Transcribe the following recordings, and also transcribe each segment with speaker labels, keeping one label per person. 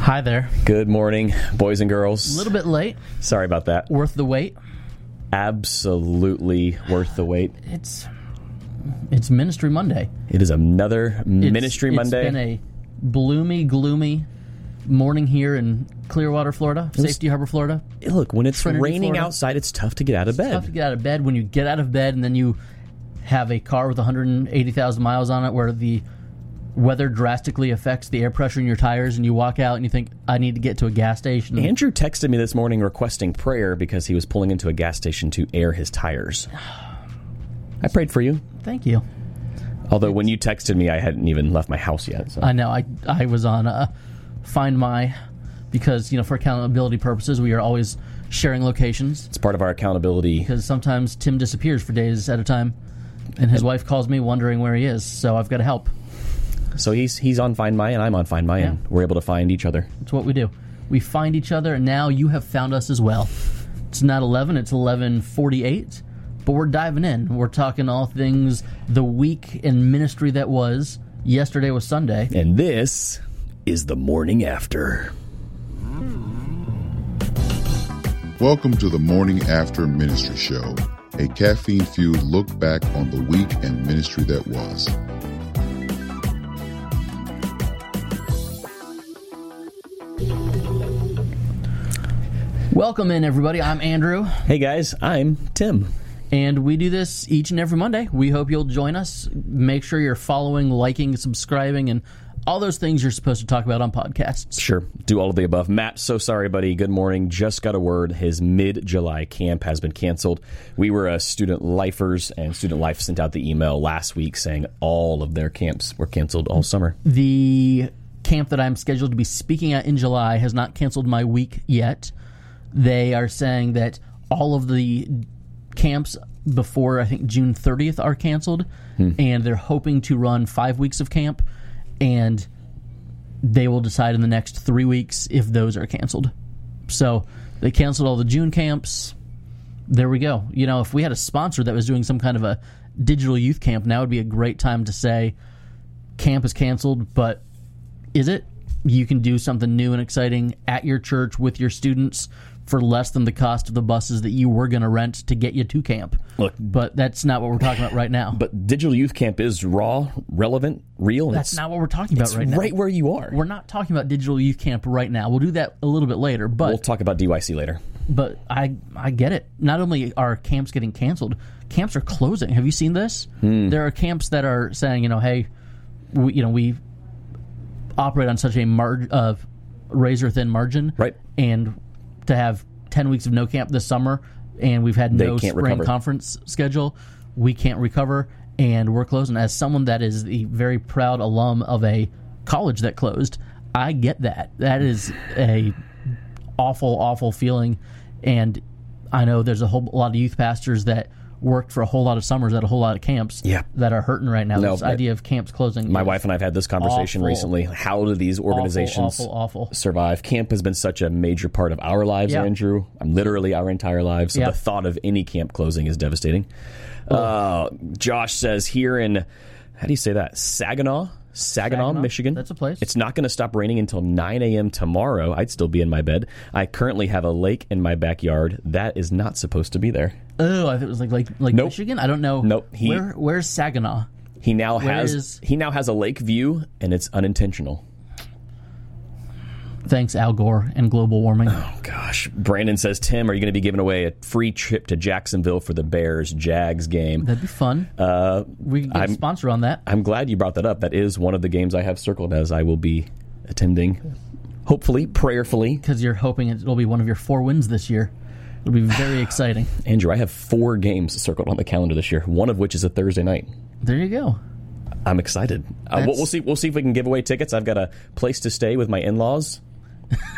Speaker 1: Hi there.
Speaker 2: Good morning, boys and girls.
Speaker 1: A little bit late,
Speaker 2: Sorry about that.
Speaker 1: worth the wait.
Speaker 2: Absolutely worth the wait.
Speaker 1: It's it's Ministry Monday.
Speaker 2: It is another
Speaker 1: It's-
Speaker 2: Ministry Monday.
Speaker 1: It's been a gloomy, gloomy morning here in Clearwater, Florida, Safety Harbor, Florida.
Speaker 2: Hey, Look, when it's
Speaker 1: Trinity,
Speaker 2: raining
Speaker 1: Florida.
Speaker 2: outside, it's tough to get out of
Speaker 1: Tough to
Speaker 2: bed.
Speaker 1: get out of bed when you get out of bed and then you have a car with 180,000 miles on it where the weather drastically affects the air pressure in your tires and you walk out and you think I need to get to a gas station.
Speaker 2: Andrew texted me this morning requesting prayer because he was pulling into a gas station to air his tires. I prayed for you.
Speaker 1: Thank you.
Speaker 2: Although when you texted me, I hadn't even left my house yet. So.
Speaker 1: I know. I I was on uh, Find My because you know for accountability purposes we are always sharing locations
Speaker 2: It's part of our accountability.
Speaker 1: because sometimes Tim disappears for days at a time, and his wife calls me wondering where he is. So I've got to help.
Speaker 2: So he's he's on Find My and I'm on Find My and we're able to find each other.
Speaker 1: It's what we do. We find each other, and now you have found us as well. It's not eleven; it's eleven forty-eight. But we're diving in. We're talking all things the week in ministry that was. Yesterday was Sunday.
Speaker 2: And this is the morning after.
Speaker 3: Welcome to the Morning After Ministry Show, a caffeine fueled look back on the week and ministry that was.
Speaker 1: Welcome in, everybody. I'm Andrew.
Speaker 2: Hey guys, I'm Tim.
Speaker 1: And we do this each and every Monday. We hope you'll join us. Make sure you're following, liking, subscribing, and all those things you're supposed to talk about on podcasts.
Speaker 2: Sure. Do all of the above. Matt, so sorry, buddy. Good morning. Just got a word. His mid July camp has been canceled. We were uh, student lifers, and student life sent out the email last week saying all of their camps were canceled all summer.
Speaker 1: The camp that I'm scheduled to be speaking at in July has not canceled my week yet. They are saying that all of the camps before I think June 30th are canceled, and they're hoping to run five weeks of camp, and they will decide in the next three weeks if those are canceled. So they canceled all the June camps. There we go. You know, if we had a sponsor that was doing some kind of a digital youth camp, now would be a great time to say camp is canceled, but is it? You can do something new and exciting at your church with your students for less than the cost of the buses that you were going to rent to get you to camp.
Speaker 2: Look.
Speaker 1: but that's not what we're talking about right now.
Speaker 2: But digital youth camp is raw, relevant, real. and
Speaker 1: that's
Speaker 2: it's
Speaker 1: not what we're talking about right now.
Speaker 2: right where you are.
Speaker 1: We're not talking about digital youth camp right now. We'll do that a little bit later, but
Speaker 2: We'll talk about DYC later.
Speaker 1: but I I get it. Not only are camps getting canceled, camps are closing. Have you seen this?
Speaker 2: Hmm.
Speaker 1: There are camps that are saying, you know, hey, we, you know, we operate on such a marg uh, razor thin margin,
Speaker 2: Right.
Speaker 1: And to have ten weeks of no camp this summer, and we've had no
Speaker 2: can't
Speaker 1: spring
Speaker 2: recover.
Speaker 1: conference schedule, we can't recover, and we're closing. As someone that is the very proud alum of a college that closed, I get that. That is a awful, awful feeling. And I know there's a whole lot of youth pastors that worked for a whole lot of summers at a whole lot of camps
Speaker 2: Yeah.
Speaker 1: that are hurting right now.
Speaker 2: No,
Speaker 1: this
Speaker 2: but-
Speaker 1: idea of camps closing.
Speaker 2: My wife and I have had this conversation
Speaker 1: Awful.
Speaker 2: recently. How do these organizations
Speaker 1: awful, awful.
Speaker 2: survive? Camp has been such a major part of our lives,
Speaker 1: Yeah.
Speaker 2: Andrew. I'm literally our entire lives. So
Speaker 1: Yeah.
Speaker 2: the thought of any camp closing is devastating. Uh, Josh says here in how do you say that? Saginaw, Saginaw,
Speaker 1: Saginaw?
Speaker 2: Michigan.
Speaker 1: That's a place.
Speaker 2: It's not going to stop raining until 9 a.m. tomorrow. I'd still be in my bed. I currently have a lake in my backyard that is not supposed to be there.
Speaker 1: Oh, I thought it was like like like
Speaker 2: Nope.
Speaker 1: Michigan. I don't know.
Speaker 2: Nope. He-
Speaker 1: Where where's Saginaw?
Speaker 2: He now has
Speaker 1: is-
Speaker 2: he now has a lake view, and it's unintentional.
Speaker 1: Thanks, Al Gore and global warming.
Speaker 2: Gosh, Brandon says, Tim, are you going to be giving away a free trip to Jacksonville for the Bears Jags game?
Speaker 1: That'd be fun.
Speaker 2: Uh,
Speaker 1: we could get a
Speaker 2: I'm-
Speaker 1: sponsor on that.
Speaker 2: I'm glad you brought that up. That is one of the games I have circled as I will be attending, hopefully, prayerfully.
Speaker 1: because you're hoping it'll be one of your four wins this year. It'll be very exciting.
Speaker 2: Andrew, I have four games circled on the calendar this year. One of which is a Thursday night.
Speaker 1: There you go.
Speaker 2: I'm excited. Uh, we'll,
Speaker 1: That's-
Speaker 2: we'll see. We'll see if we can give away tickets. I've got a place to stay with my in-laws.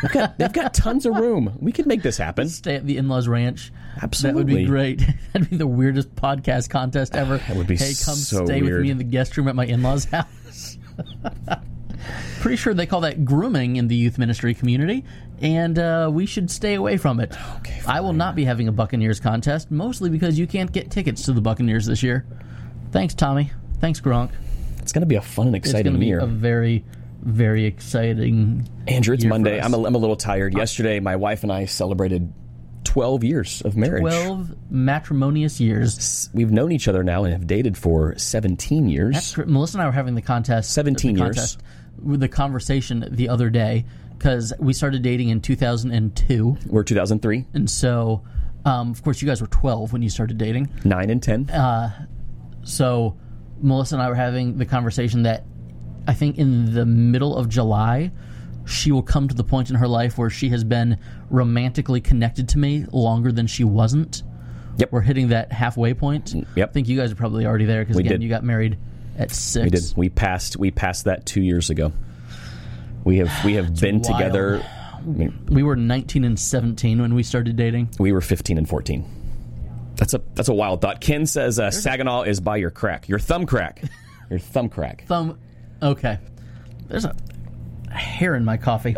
Speaker 2: We've got- they've got tons of room. We could make this happen.
Speaker 1: Stay at the in-laws ranch.
Speaker 2: Absolutely.
Speaker 1: That would be great. That'd be the weirdest podcast contest ever. That
Speaker 2: would be
Speaker 1: Hey, come
Speaker 2: so
Speaker 1: stay with
Speaker 2: weird.
Speaker 1: me in the guest room at my in-laws' house. Pretty sure they call that grooming in the youth ministry community, and uh, we should stay away from it. Okay, I will not be having a Buccaneers contest, mostly because you can't get tickets to the Buccaneers this year. Thanks, Tommy. Thanks, Gronk.
Speaker 2: It's going to be a fun and
Speaker 1: It's
Speaker 2: exciting
Speaker 1: going to be
Speaker 2: year.
Speaker 1: a very, very exciting.
Speaker 2: Andrew, it's
Speaker 1: year for
Speaker 2: Monday.
Speaker 1: us. Uh,
Speaker 2: I'm a, I'm a little tired. Yesterday, my wife and I celebrated 12 years of marriage.
Speaker 1: Twelve matrimonious years.
Speaker 2: S- We've known each other now and have dated for 17 years.
Speaker 1: That's cr- Melissa and I were having the contest.
Speaker 2: 17
Speaker 1: the
Speaker 2: years.
Speaker 1: contest, with the conversation the other day because we started dating in 2002,
Speaker 2: We're 2003,
Speaker 1: and so um, of course you guys were 12 when you started dating.
Speaker 2: 9 and 10.
Speaker 1: Uh, So Melissa and I were having the conversation that I think in the middle of July, she will come to the point in her life where she has been romantically connected to me longer than she wasn't.
Speaker 2: Yep.
Speaker 1: We're hitting that halfway point.
Speaker 2: yep.
Speaker 1: I think you guys are probably already there because again,
Speaker 2: did.
Speaker 1: you got married at six.
Speaker 2: we did. We passed. We passed that two years ago. We have. We have been
Speaker 1: wild.
Speaker 2: together. I mean,
Speaker 1: We were 19 and 17 when we started dating.
Speaker 2: we were 15 and 14. That's a that's a wild thought. Ken says uh, Saginaw is by your crack, your thumb crack, your thumb crack.
Speaker 1: Thumb. Okay. There's a hair in my coffee.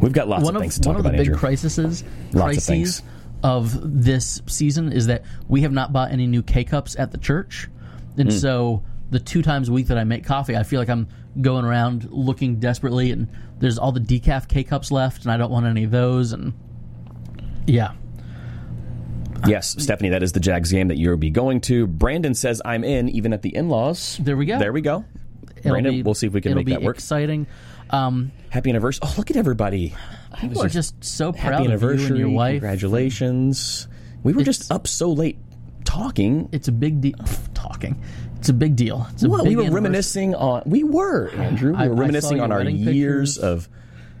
Speaker 2: We've got lots
Speaker 1: one
Speaker 2: of
Speaker 1: of
Speaker 2: things to talk
Speaker 1: one of the
Speaker 2: about,
Speaker 1: big
Speaker 2: Andrew.
Speaker 1: crises
Speaker 2: Lots of
Speaker 1: crises
Speaker 2: things.
Speaker 1: of, this season is that we have not bought any new K cups at the church, and
Speaker 2: Hmm.
Speaker 1: so the two times a week that I make coffee, I feel like I'm going around looking desperately, and there's all the decaf K cups left, and I don't want any of those, and yeah,
Speaker 2: yes, Stephanie, that is the Jags game that you'll be going to. Brandon says I'm in, even at the in-laws.
Speaker 1: There we go.
Speaker 2: There we go.
Speaker 1: it'll
Speaker 2: Brandon,
Speaker 1: be-
Speaker 2: we'll see if we can
Speaker 1: it'll
Speaker 2: make
Speaker 1: be
Speaker 2: that work.
Speaker 1: Exciting. Um,
Speaker 2: Happy anniversary! Oh, look at everybody. I was
Speaker 1: people are just so
Speaker 2: Happy
Speaker 1: proud of you
Speaker 2: anniversary!
Speaker 1: and your wife.
Speaker 2: Congratulations. We were just up so late talking.
Speaker 1: It's a big deal. Talking. It's a big deal. It's a
Speaker 2: What?
Speaker 1: big
Speaker 2: We were
Speaker 1: anniversary.
Speaker 2: reminiscing on. We were Andrew. We
Speaker 1: I-
Speaker 2: were
Speaker 1: I saw
Speaker 2: reminiscing
Speaker 1: your
Speaker 2: on our
Speaker 1: wedding
Speaker 2: years
Speaker 1: pictures.
Speaker 2: of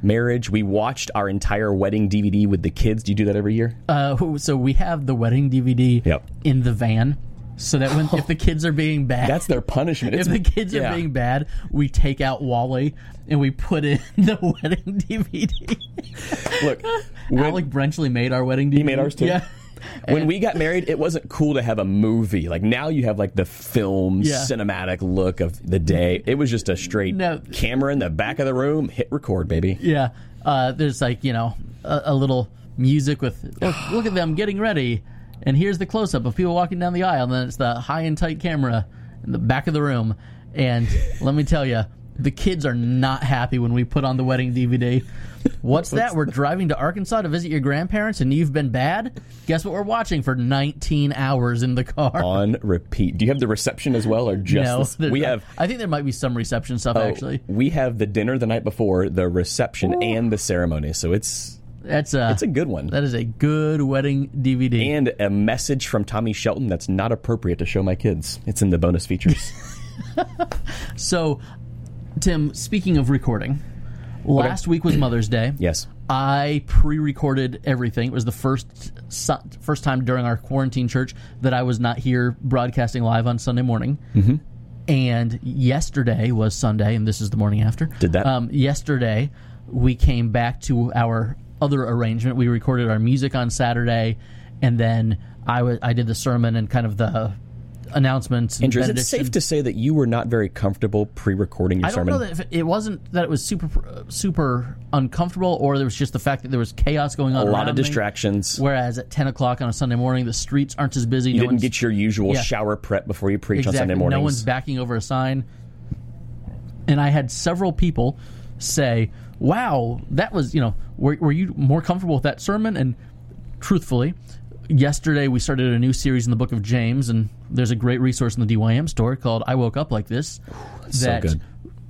Speaker 2: marriage. We watched our entire wedding DVD with the kids. Do you do that every year?
Speaker 1: Uh, so we have the wedding DVD
Speaker 2: Yep.
Speaker 1: in the van, so that
Speaker 2: Oh.
Speaker 1: when if the kids are being bad,
Speaker 2: That's their punishment.
Speaker 1: if
Speaker 2: It's,
Speaker 1: the kids
Speaker 2: yeah.
Speaker 1: are being bad, we take out Wally and we put in the wedding DVD.
Speaker 2: look. When,
Speaker 1: Alec eh. Brenchley made our wedding DVD. He
Speaker 2: made ours too.
Speaker 1: Yeah.
Speaker 2: when we got married, it wasn't cool to have a movie. Like now, you have like the film
Speaker 1: Yeah.
Speaker 2: cinematic look of the day. It was just a straight
Speaker 1: No.
Speaker 2: camera in the back of the room. Hit record, baby.
Speaker 1: Yeah. Uh, there's like, you know, a, a little music with look, look at them getting ready. And here's the close up of people walking down the aisle. And then it's the high and tight camera in the back of the room. And let me tell you, the kids are not happy when we put on the wedding DVD. What's that? We're driving to Arkansas to visit your grandparents and you've been bad? Guess what we're watching for 19 hours in the car?
Speaker 2: on repeat. Do you have the reception as well, or just
Speaker 1: no.
Speaker 2: Oh, this?
Speaker 1: there's
Speaker 2: we
Speaker 1: not.
Speaker 2: have? Oh.
Speaker 1: I think there might be some reception stuff, actually.
Speaker 2: we have the dinner the night before, the reception, and the ceremony. So it's
Speaker 1: That's a,
Speaker 2: it's a good one.
Speaker 1: that is a good wedding DVD.
Speaker 2: and a message from Tommy Shelton that's not appropriate to show my kids. It's in the bonus features.
Speaker 1: So, Tim, speaking of recording, last week was Mother's Day.
Speaker 2: yes.
Speaker 1: I pre-recorded everything. It was the first su- first time during our quarantine church that I was not here broadcasting live on Sunday morning. Mm-hmm. And yesterday was Sunday, and this is the morning after.
Speaker 2: Did that.
Speaker 1: Um, yesterday, we came back to our other arrangement. We recorded our music on Saturday, and then I wa- I did the sermon and kind of the announcements. And
Speaker 2: Andrew, is it
Speaker 1: benediction.
Speaker 2: safe to say that you were not very comfortable pre-recording your
Speaker 1: I don't
Speaker 2: sermon?
Speaker 1: know that if it, it wasn't that it was super uh, super uncomfortable, or there was just the fact that there was chaos going on.
Speaker 2: a lot
Speaker 1: around
Speaker 2: of
Speaker 1: me.
Speaker 2: distractions.
Speaker 1: Whereas at ten o'clock on a Sunday morning, the streets aren't as busy.
Speaker 2: you
Speaker 1: no
Speaker 2: didn't
Speaker 1: one's,
Speaker 2: get your usual
Speaker 1: Yeah.
Speaker 2: shower prep before you preach
Speaker 1: exactly,
Speaker 2: on Sunday mornings.
Speaker 1: No one's backing over a sign. And I had several people say, "Wow, that was you know, were, were you more comfortable with that sermon?" And truthfully, yesterday we started a new series in the Book of James, and there's a great resource in the DYM store called "I Woke Up Like This."
Speaker 2: so
Speaker 1: that
Speaker 2: good.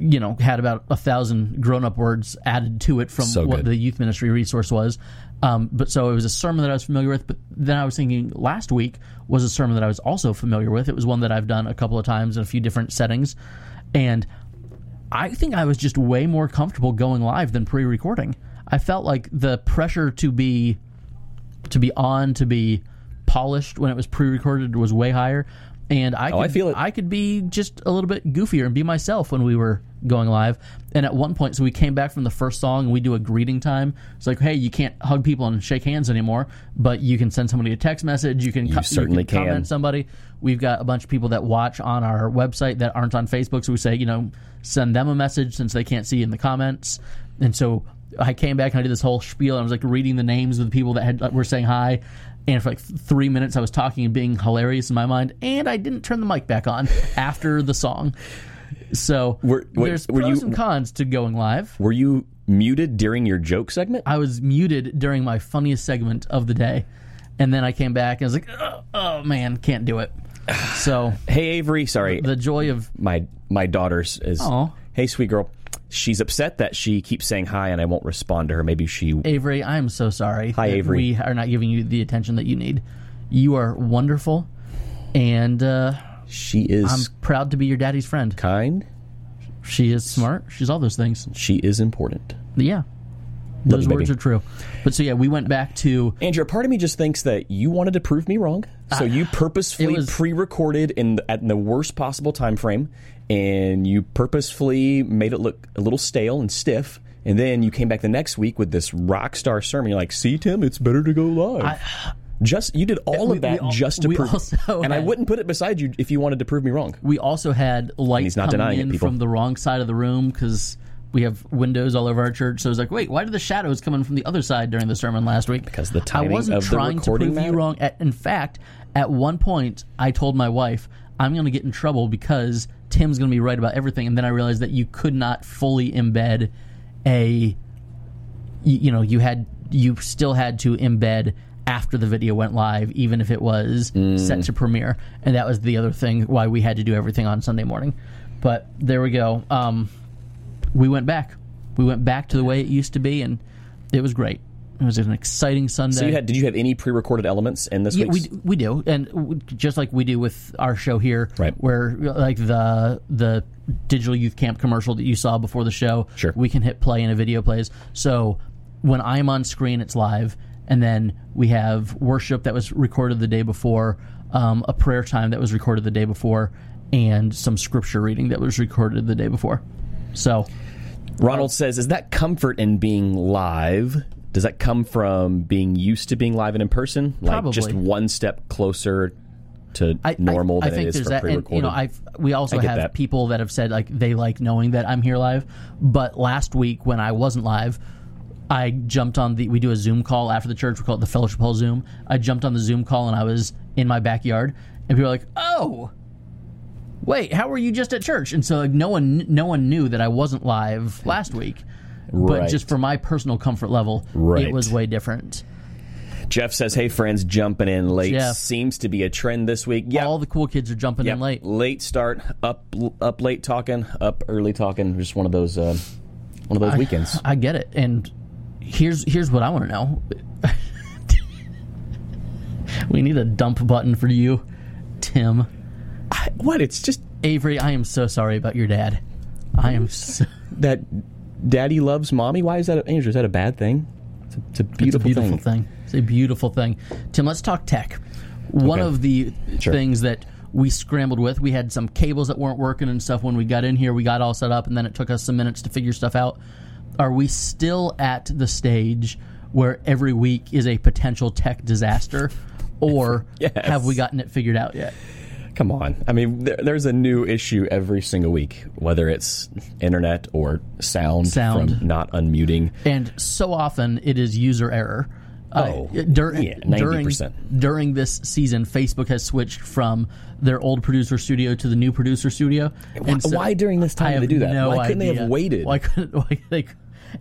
Speaker 1: you know had about a thousand grown-up words added to it from
Speaker 2: So
Speaker 1: what
Speaker 2: good.
Speaker 1: the youth ministry resource was. Um, but so it was a sermon that I was familiar with. But then I was thinking last week was a sermon that I was also familiar with. It was one that I've done a couple of times in a few different settings, and I think I was just way more comfortable going live than pre-recording. I felt like the pressure to be to be on to be polished when it was pre-recorded was way higher and I could,
Speaker 2: Oh, I feel it.
Speaker 1: I could be just a little bit goofier and be myself when we were going live. And at one point, so we came back from the first song and we do a greeting time. It's like, hey, you can't hug people and shake hands anymore, but you can send somebody a text message. You can co-
Speaker 2: certainly
Speaker 1: you can comment
Speaker 2: can.
Speaker 1: somebody. We've got a bunch of people that watch on our website that aren't on Facebook, so we say, you know, send them a message since they can't see in the comments. And so I came back and I did this whole spiel. And I was like reading the names of the people that had like, were saying hi, and for like th- three minutes I was talking and being hilarious in my mind, and I didn't turn the mic back on after the song. So
Speaker 2: Were- wait,
Speaker 1: there's
Speaker 2: were
Speaker 1: pros
Speaker 2: you-
Speaker 1: and cons to going live.
Speaker 2: Were you muted during your joke segment?
Speaker 1: I was muted during my funniest segment of the day, and then I came back and I was like, oh, oh man, can't do it. So
Speaker 2: Hey Avery, sorry,
Speaker 1: the joy of
Speaker 2: my my daughter's is.
Speaker 1: Aw.
Speaker 2: Hey, sweet girl, she's upset that she keeps saying hi and I won't respond to her. Maybe she.
Speaker 1: Avery, I am so sorry.
Speaker 2: Hi,
Speaker 1: that
Speaker 2: Avery.
Speaker 1: We are not giving you the attention that you need. You are wonderful, and uh,
Speaker 2: She is
Speaker 1: I'm proud to be your daddy's friend.
Speaker 2: kind.
Speaker 1: She is smart. She's all those things.
Speaker 2: She is important.
Speaker 1: Yeah,
Speaker 2: Love
Speaker 1: those
Speaker 2: you,
Speaker 1: words
Speaker 2: baby.
Speaker 1: are true. But so yeah, we went back to
Speaker 2: Andrew, part of me just thinks that you wanted to prove me wrong, so you purposefully
Speaker 1: Ah, it was-
Speaker 2: pre-recorded in the, at the worst possible time frame, and you purposefully made it look a little stale and stiff. And then you came back the next week with this rock star sermon. You're like, "See, Tim, it's better to go live." just you did all
Speaker 1: We-
Speaker 2: of that
Speaker 1: we al-
Speaker 2: just to
Speaker 1: we
Speaker 2: prove,
Speaker 1: also
Speaker 2: and I
Speaker 1: had-
Speaker 2: wouldn't put it beside you if you wanted to prove me wrong.
Speaker 1: we also had lights
Speaker 2: he's not
Speaker 1: coming
Speaker 2: denying it,
Speaker 1: in
Speaker 2: people.
Speaker 1: from the wrong side of the room because we have windows all over our church. So I was like, wait, why did the shadows coming from the other side during the sermon last week?
Speaker 2: Because the
Speaker 1: I
Speaker 2: timing
Speaker 1: wasn't
Speaker 2: of the
Speaker 1: trying to
Speaker 2: recording
Speaker 1: prove you
Speaker 2: mattered.
Speaker 1: wrong. At, in fact, at one point, I told my wife I'm going to get in trouble because Tim's going to be right about everything, and then I realized that you could not fully embed a you, you know you had you still had to embed after the video went live even if it was
Speaker 2: Mm.
Speaker 1: set to premiere and that was the other thing why we had to do everything on sunday morning but there we go um, we went back we went back to the way it used to be and it was great it was an exciting sunday
Speaker 2: So you had? Did you have any pre-recorded elements in this
Speaker 1: yeah,
Speaker 2: week's?
Speaker 1: we, d- we do, and w- just like we do with our show here,
Speaker 2: Right.
Speaker 1: Where like the the digital youth camp commercial that you saw before the show,
Speaker 2: Sure.
Speaker 1: we can hit play and a video plays. So when I'm on screen, it's live, and then we have worship that was recorded the day before, um, a prayer time that was recorded the day before, and some scripture reading that was recorded the day before. So
Speaker 2: Ronald says, "Is that comfort in being live? Does that come from being used to being live and in person? Like
Speaker 1: Probably.
Speaker 2: just one step closer to
Speaker 1: I, I-
Speaker 2: normal
Speaker 1: I,
Speaker 2: than
Speaker 1: think
Speaker 2: it is
Speaker 1: there's
Speaker 2: for
Speaker 1: that, and,
Speaker 2: pre-recorded."
Speaker 1: you know, I've we also
Speaker 2: I get
Speaker 1: have
Speaker 2: that.
Speaker 1: people that have said like they like knowing that I'm here live. But last week when I wasn't live, I jumped on the we do a Zoom call after the church. We call it the fellowship hall Zoom. I jumped on the Zoom call and I was in my backyard, and people were like, "Oh, wait, how were you just at church?" And so like no one no one knew that I wasn't live last week.
Speaker 2: Right.
Speaker 1: But just for my personal comfort level,
Speaker 2: Right.
Speaker 1: it was way different.
Speaker 2: Jeff says, "Hey friends, jumping in late
Speaker 1: Jeff.
Speaker 2: seems to be a trend this week. Yeah,
Speaker 1: All the cool kids are jumping
Speaker 2: yeah.
Speaker 1: in late.
Speaker 2: late start, up up late talking, up early talking. Just one of those uh, one of those weekends.
Speaker 1: I get it. And here's here's what I want to know. we need a dump button for you, Tim.
Speaker 2: What? It's just
Speaker 1: Avery, I am so sorry about your dad. I am so,
Speaker 2: that daddy loves mommy. Why is that? A, Andrew, is that a bad thing? It's a, it's a
Speaker 1: it's a
Speaker 2: beautiful,
Speaker 1: beautiful
Speaker 2: thing.
Speaker 1: thing. It's a beautiful thing. Tim, let's talk tech. One
Speaker 2: Okay.
Speaker 1: of the
Speaker 2: Sure.
Speaker 1: things that we scrambled with, we had some cables that weren't working and stuff when we got in here. We got all set up and then it took us some minutes to figure stuff out. Are we still at the stage where every week is a potential tech disaster? Or
Speaker 2: Yes.
Speaker 1: have we gotten it figured out yet?
Speaker 2: Come on. I mean, there, there's a new issue every single week, whether it's internet or sound,
Speaker 1: Sound.
Speaker 2: from not unmuting.
Speaker 1: And so often it is user error. Uh,
Speaker 2: Oh,
Speaker 1: dur-
Speaker 2: yeah,
Speaker 1: during
Speaker 2: 90%.
Speaker 1: during this season, Facebook has switched from their old producer studio to the new producer studio. And so-
Speaker 2: Why during this
Speaker 1: I
Speaker 2: time did
Speaker 1: have
Speaker 2: they do that?
Speaker 1: no
Speaker 2: Why couldn't they
Speaker 1: idea.
Speaker 2: have waited?
Speaker 1: Why couldn't why could they?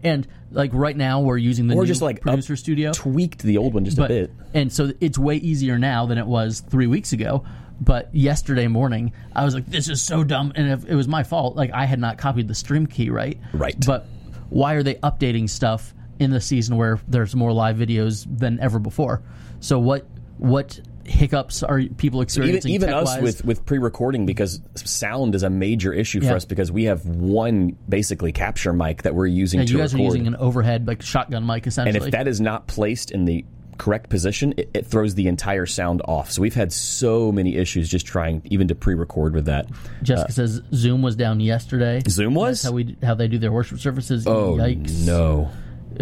Speaker 1: And like right now, we're using the
Speaker 2: or
Speaker 1: new
Speaker 2: just like up-
Speaker 1: producer studio,
Speaker 2: tweaked the old one just a
Speaker 1: but
Speaker 2: bit.
Speaker 1: and so it's way easier now than it was three weeks ago. But yesterday morning, I was like, "This is so dumb," and if it was my fault. Like I had not copied the stream key right.
Speaker 2: Right.
Speaker 1: But why are they updating stuff in the season where there's more live videos than ever before? So what what hiccups are people
Speaker 2: Even,
Speaker 1: experiencing?
Speaker 2: even us
Speaker 1: tech-wise?
Speaker 2: with, with pre-recording because sound is a major issue
Speaker 1: Yeah.
Speaker 2: for us because we have one basically capture mic that we're using
Speaker 1: And
Speaker 2: to
Speaker 1: you guys
Speaker 2: record.
Speaker 1: are using an overhead like shotgun mic essentially.
Speaker 2: And if that is not placed in the correct position, it, it throws the entire sound off. So we've had so many issues just trying even to pre-record with that. uh,
Speaker 1: Jessica says Zoom was down yesterday.
Speaker 2: Zoom was?
Speaker 1: That's how we how they do their worship services. Oh Yikes.
Speaker 2: No.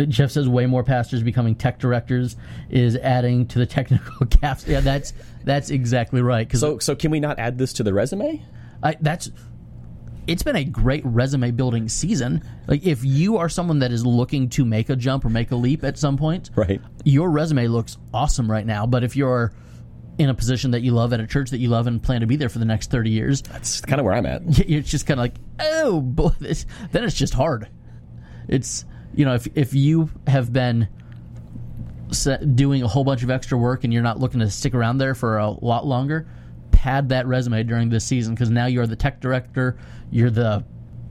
Speaker 1: Jeff says way more pastors becoming tech directors is adding to the technical gaps. Yeah, that's that's exactly right. Because
Speaker 2: So, so can we not add this to the resume?
Speaker 1: that's it's been a great resume building season. Like if you are someone that is looking to make a jump or make a leap at some point,
Speaker 2: Right.
Speaker 1: your resume looks awesome right now. But if you're in a position that you love at a church that you love and plan to be there for the next 30 years,
Speaker 2: That's kind of where I'm at.
Speaker 1: it's just kind of like, oh boy, this, then it's just hard. It's you know if if you have been se- doing a whole bunch of extra work and you're not looking to stick around there for a lot longer, pad that resume during this season because now you're the tech director, you're the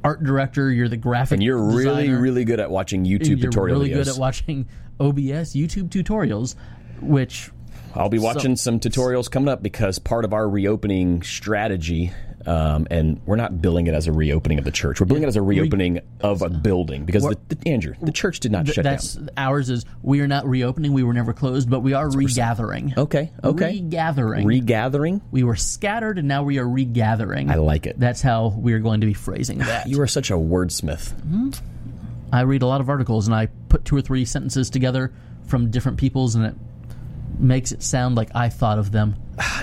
Speaker 1: art director, you're the graphic.
Speaker 2: And you're really,
Speaker 1: designer,
Speaker 2: really good at watching YouTube
Speaker 1: you're
Speaker 2: tutorial
Speaker 1: really
Speaker 2: videos.
Speaker 1: good at watching OBS YouTube tutorials, which
Speaker 2: I'll be watching some tutorials coming up because part of our reopening strategy, um, and we're not billing it as a reopening of the church. We're billing it as a reopening of a building because the, the, Andrew, the church did not shut down.
Speaker 1: that's ours is we are not reopening, we were never closed, but we are regathering.
Speaker 2: Okay, okay.
Speaker 1: Regathering.
Speaker 2: Regathering.
Speaker 1: we were scattered and now we are regathering.
Speaker 2: I like it.
Speaker 1: That's how we are going to be phrasing that.
Speaker 2: You are such a wordsmith.
Speaker 1: I read a lot of articles and I put two or three sentences together from different people's and it makes it sound like I thought of them.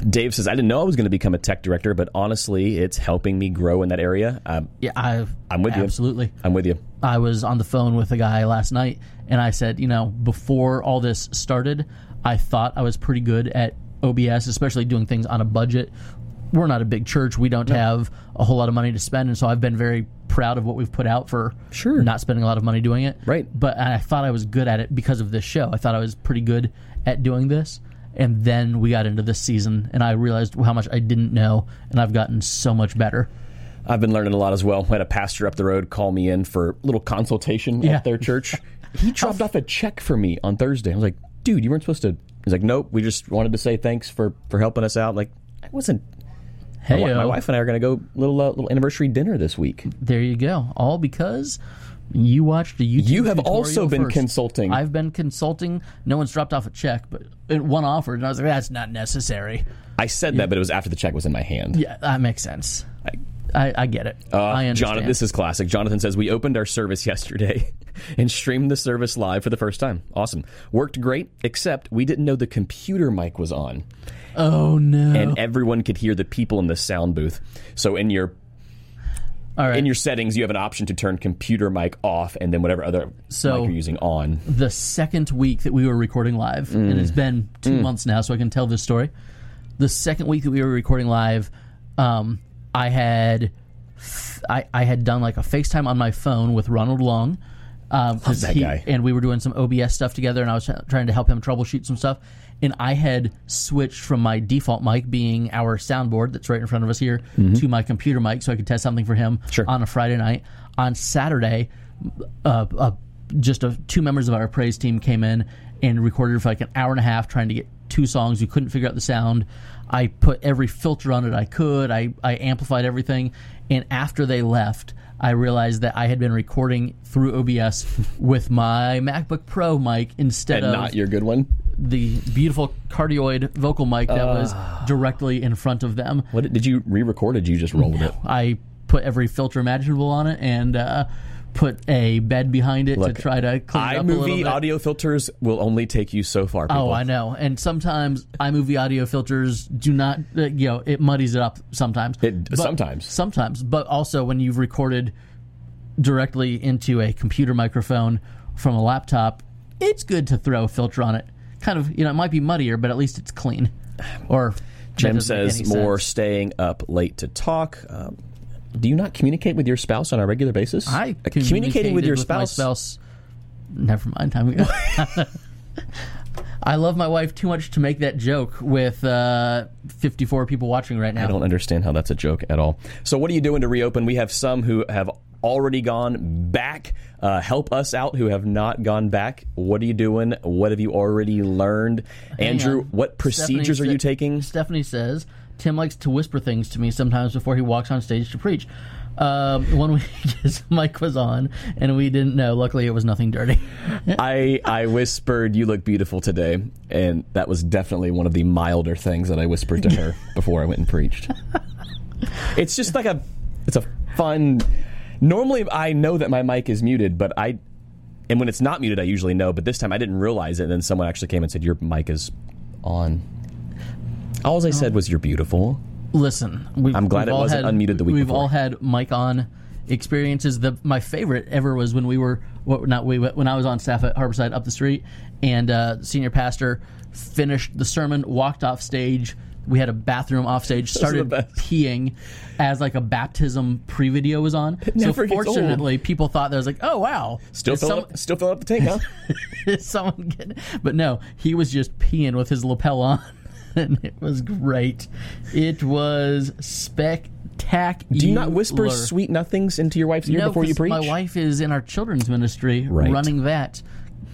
Speaker 2: Dave says, "I didn't know I was going to become a tech director, but honestly, it's helping me grow in that area. I'm,
Speaker 1: Yeah, I
Speaker 2: I'm with you.
Speaker 1: absolutely.
Speaker 2: I'm with you.
Speaker 1: I was on the phone with a guy last night and I said, you know, before all this started, I thought I was pretty good at OBS, especially doing things on a budget. We're not a big church. We don't have a whole lot of money to spend. And so I've been very proud of what we've put out for
Speaker 2: Sure.
Speaker 1: not spending a lot of money doing it.
Speaker 2: Right.
Speaker 1: But I thought I was good at it because of this show. I thought I was pretty good at doing this. And then we got into this season and I realized how much I didn't know. And I've gotten so much better.
Speaker 2: I've been learning a lot as well. I had a pastor up the road call me in for a little consultation
Speaker 1: Yeah.
Speaker 2: at their church. He dropped off a check for me on Thursday. I was like, dude, you weren't supposed to. He's like, nope, we just wanted to say thanks for for helping us out. I'm like, I wasn't. My,
Speaker 1: Hey, uh,
Speaker 2: wi- my wife and I are going to go little uh, little anniversary dinner this week.
Speaker 1: There you go. All because you watched a YouTube.
Speaker 2: You have
Speaker 1: tutorial
Speaker 2: also been
Speaker 1: first.
Speaker 2: consulting.
Speaker 1: I've been consulting. No one's dropped off a check, but it, one offered, and I was like, "That's not necessary."
Speaker 2: I said that, but it was after the check was in my hand.
Speaker 1: Yeah, that makes sense. I, I, get it. I understand.
Speaker 2: Jonathan, Uh, this is classic. Jonathan says we opened our service yesterday and streamed the service live for the first time. Awesome, worked great. Except we didn't know the computer mic was on,
Speaker 1: oh no!
Speaker 2: and everyone could hear the people in the sound booth. So in your
Speaker 1: All right.
Speaker 2: in your settings, you have an option to turn computer mic off, and then whatever other
Speaker 1: So-
Speaker 2: mic you're using on.
Speaker 1: the second week that we were recording live,
Speaker 2: Mm.
Speaker 1: and it's been two months now, so I can tell this story. The second week that we were recording live, um, I had I, I had done like a FaceTime on my phone with Ronald Long. Um, 'cause
Speaker 2: that
Speaker 1: he-
Speaker 2: guy.
Speaker 1: And we were doing some OBS stuff together, and I was try- trying to help him troubleshoot some stuff. And I had switched from my default mic, being our soundboard that's right in front of us here, to my computer mic so I could test something for him
Speaker 2: Sure.
Speaker 1: on a Friday night. On Saturday, uh, uh, just uh two members of our praise team came in and recorded for like an hour and a half trying to get two songs. We couldn't figure out the sound. I put every filter on it I could. I, I amplified everything. And after they left, I realized that I had been recording through OBS with my MacBook Pro mic instead
Speaker 2: And
Speaker 1: of
Speaker 2: not your good one.
Speaker 1: the beautiful cardioid vocal mic that was
Speaker 2: Ah.
Speaker 1: directly in front of them.
Speaker 2: What did- did you re-record? Or did you just roll with it?
Speaker 1: I put every filter imaginable on it and uh, put a bed behind it
Speaker 2: Look,
Speaker 1: to try to clean it up a little
Speaker 2: iMovie
Speaker 1: bit.
Speaker 2: audio filters will only take you so far. People.
Speaker 1: Oh, I know. And sometimes iMovie audio filters do not, uh, you know, it muddies it up sometimes.
Speaker 2: It- sometimes.
Speaker 1: Sometimes. But also when you've recorded directly into a computer microphone from a laptop, it's good to throw a filter on it. Kind of, you know, it might be muddier, but at least it's clean. Or that
Speaker 2: Jim
Speaker 1: doesn't make
Speaker 2: says
Speaker 1: any
Speaker 2: more
Speaker 1: sense.
Speaker 2: staying up late to talk. Um, do you not communicate with your spouse on a regular basis?
Speaker 1: I
Speaker 2: Uh, communicating
Speaker 1: communicated
Speaker 2: with your
Speaker 1: my
Speaker 2: spouse.
Speaker 1: spouse. Never mind. I'm gonna- I love my wife too much to make that joke with uh, 54 people watching right now.
Speaker 2: I don't understand how that's a joke at all. So, what are you doing to reopen? We have some who have already gone back. Uh, help us out who have not gone back. What are you doing? What have you already learned, Andrew?
Speaker 1: on.
Speaker 2: What procedures
Speaker 1: Stephanie
Speaker 2: are you
Speaker 1: sa-
Speaker 2: taking?
Speaker 1: Stephanie says Tim likes to whisper things to me sometimes before he walks on stage to preach. Um, one week his mic was on and we didn't know. Luckily, it was nothing dirty.
Speaker 2: I I whispered, "You look beautiful today," and that was definitely one of the milder things that I whispered to her before I went and preached. It's just like a, it's a fun. Normally, I know that my mic is muted, but I, and when it's not muted, I usually know. But this time, I didn't realize it. And then someone actually came and said, "Your mic is on." All I said was, "You're beautiful."
Speaker 1: Listen, we've,
Speaker 2: I'm glad
Speaker 1: we've
Speaker 2: it
Speaker 1: all
Speaker 2: wasn't
Speaker 1: had-
Speaker 2: unmuted the week
Speaker 1: We've
Speaker 2: before.
Speaker 1: all had mic on experiences. The my favorite ever was when we were well, not we but when I was on staff at Harborside up the street, and uh, senior pastor finished the sermon, walked off stage. We had a bathroom off stage, started
Speaker 2: best.
Speaker 1: peeing as like a baptism pre video was on.
Speaker 2: never
Speaker 1: So
Speaker 2: gets old.
Speaker 1: fortunately, people thought that was like, oh wow,
Speaker 2: Still
Speaker 1: Is some-
Speaker 2: filling, up, still filling up the tank, huh?
Speaker 1: is someone getting but no he was just peeing with his lapel on and it was great it was spectacular
Speaker 2: Do you not whisper sweet nothings into your wife's ear
Speaker 1: no,
Speaker 2: before you
Speaker 1: 'cause
Speaker 2: preach?
Speaker 1: my wife is in our children's ministry
Speaker 2: Right.
Speaker 1: running that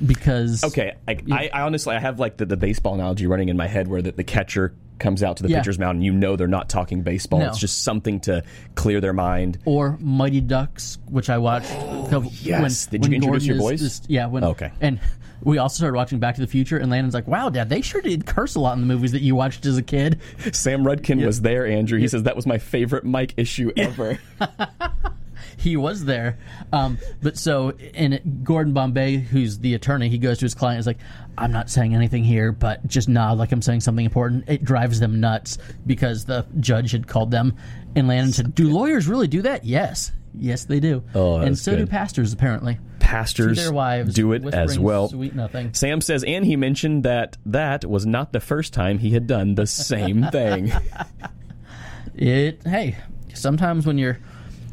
Speaker 1: because
Speaker 2: Okay, I, I, I honestly I have like the, the baseball analogy running in my head where the, the catcher comes out to the
Speaker 1: Yeah.
Speaker 2: pitcher's mound and you know they're not talking baseball.
Speaker 1: No.
Speaker 2: It's just something to clear their mind.
Speaker 1: or Mighty Ducks, which I watched. a couple-
Speaker 2: Oh, yes. Did you introduce your boys?
Speaker 1: yeah. When,
Speaker 2: Okay.
Speaker 1: And we also started watching Back to the Future, and Landon's like, "Wow, Dad, they sure did curse a lot in the movies that you watched as a kid."
Speaker 2: Sam Rudkin was there, Andrew. He says that was my favorite mic issue ever.
Speaker 1: he was there. Um, but so, and it- Gordon Bombay, who's the attorney, he goes to his client. Is like, I'm not saying anything here, but just nod like I'm saying something important. It drives them nuts because the judge had called them. And Landon said, "Do lawyers really do that? Yes, yes, they do.
Speaker 2: Oh,
Speaker 1: and
Speaker 2: that's
Speaker 1: so do
Speaker 2: good.
Speaker 1: pastors, apparently.
Speaker 2: Pastors
Speaker 1: Their wives
Speaker 2: do it as
Speaker 1: whispering
Speaker 2: well.
Speaker 1: Sweet nothing.
Speaker 2: Sam says, and he mentioned that that was not the first time he had done the same thing.
Speaker 1: It. Hey, sometimes when you're.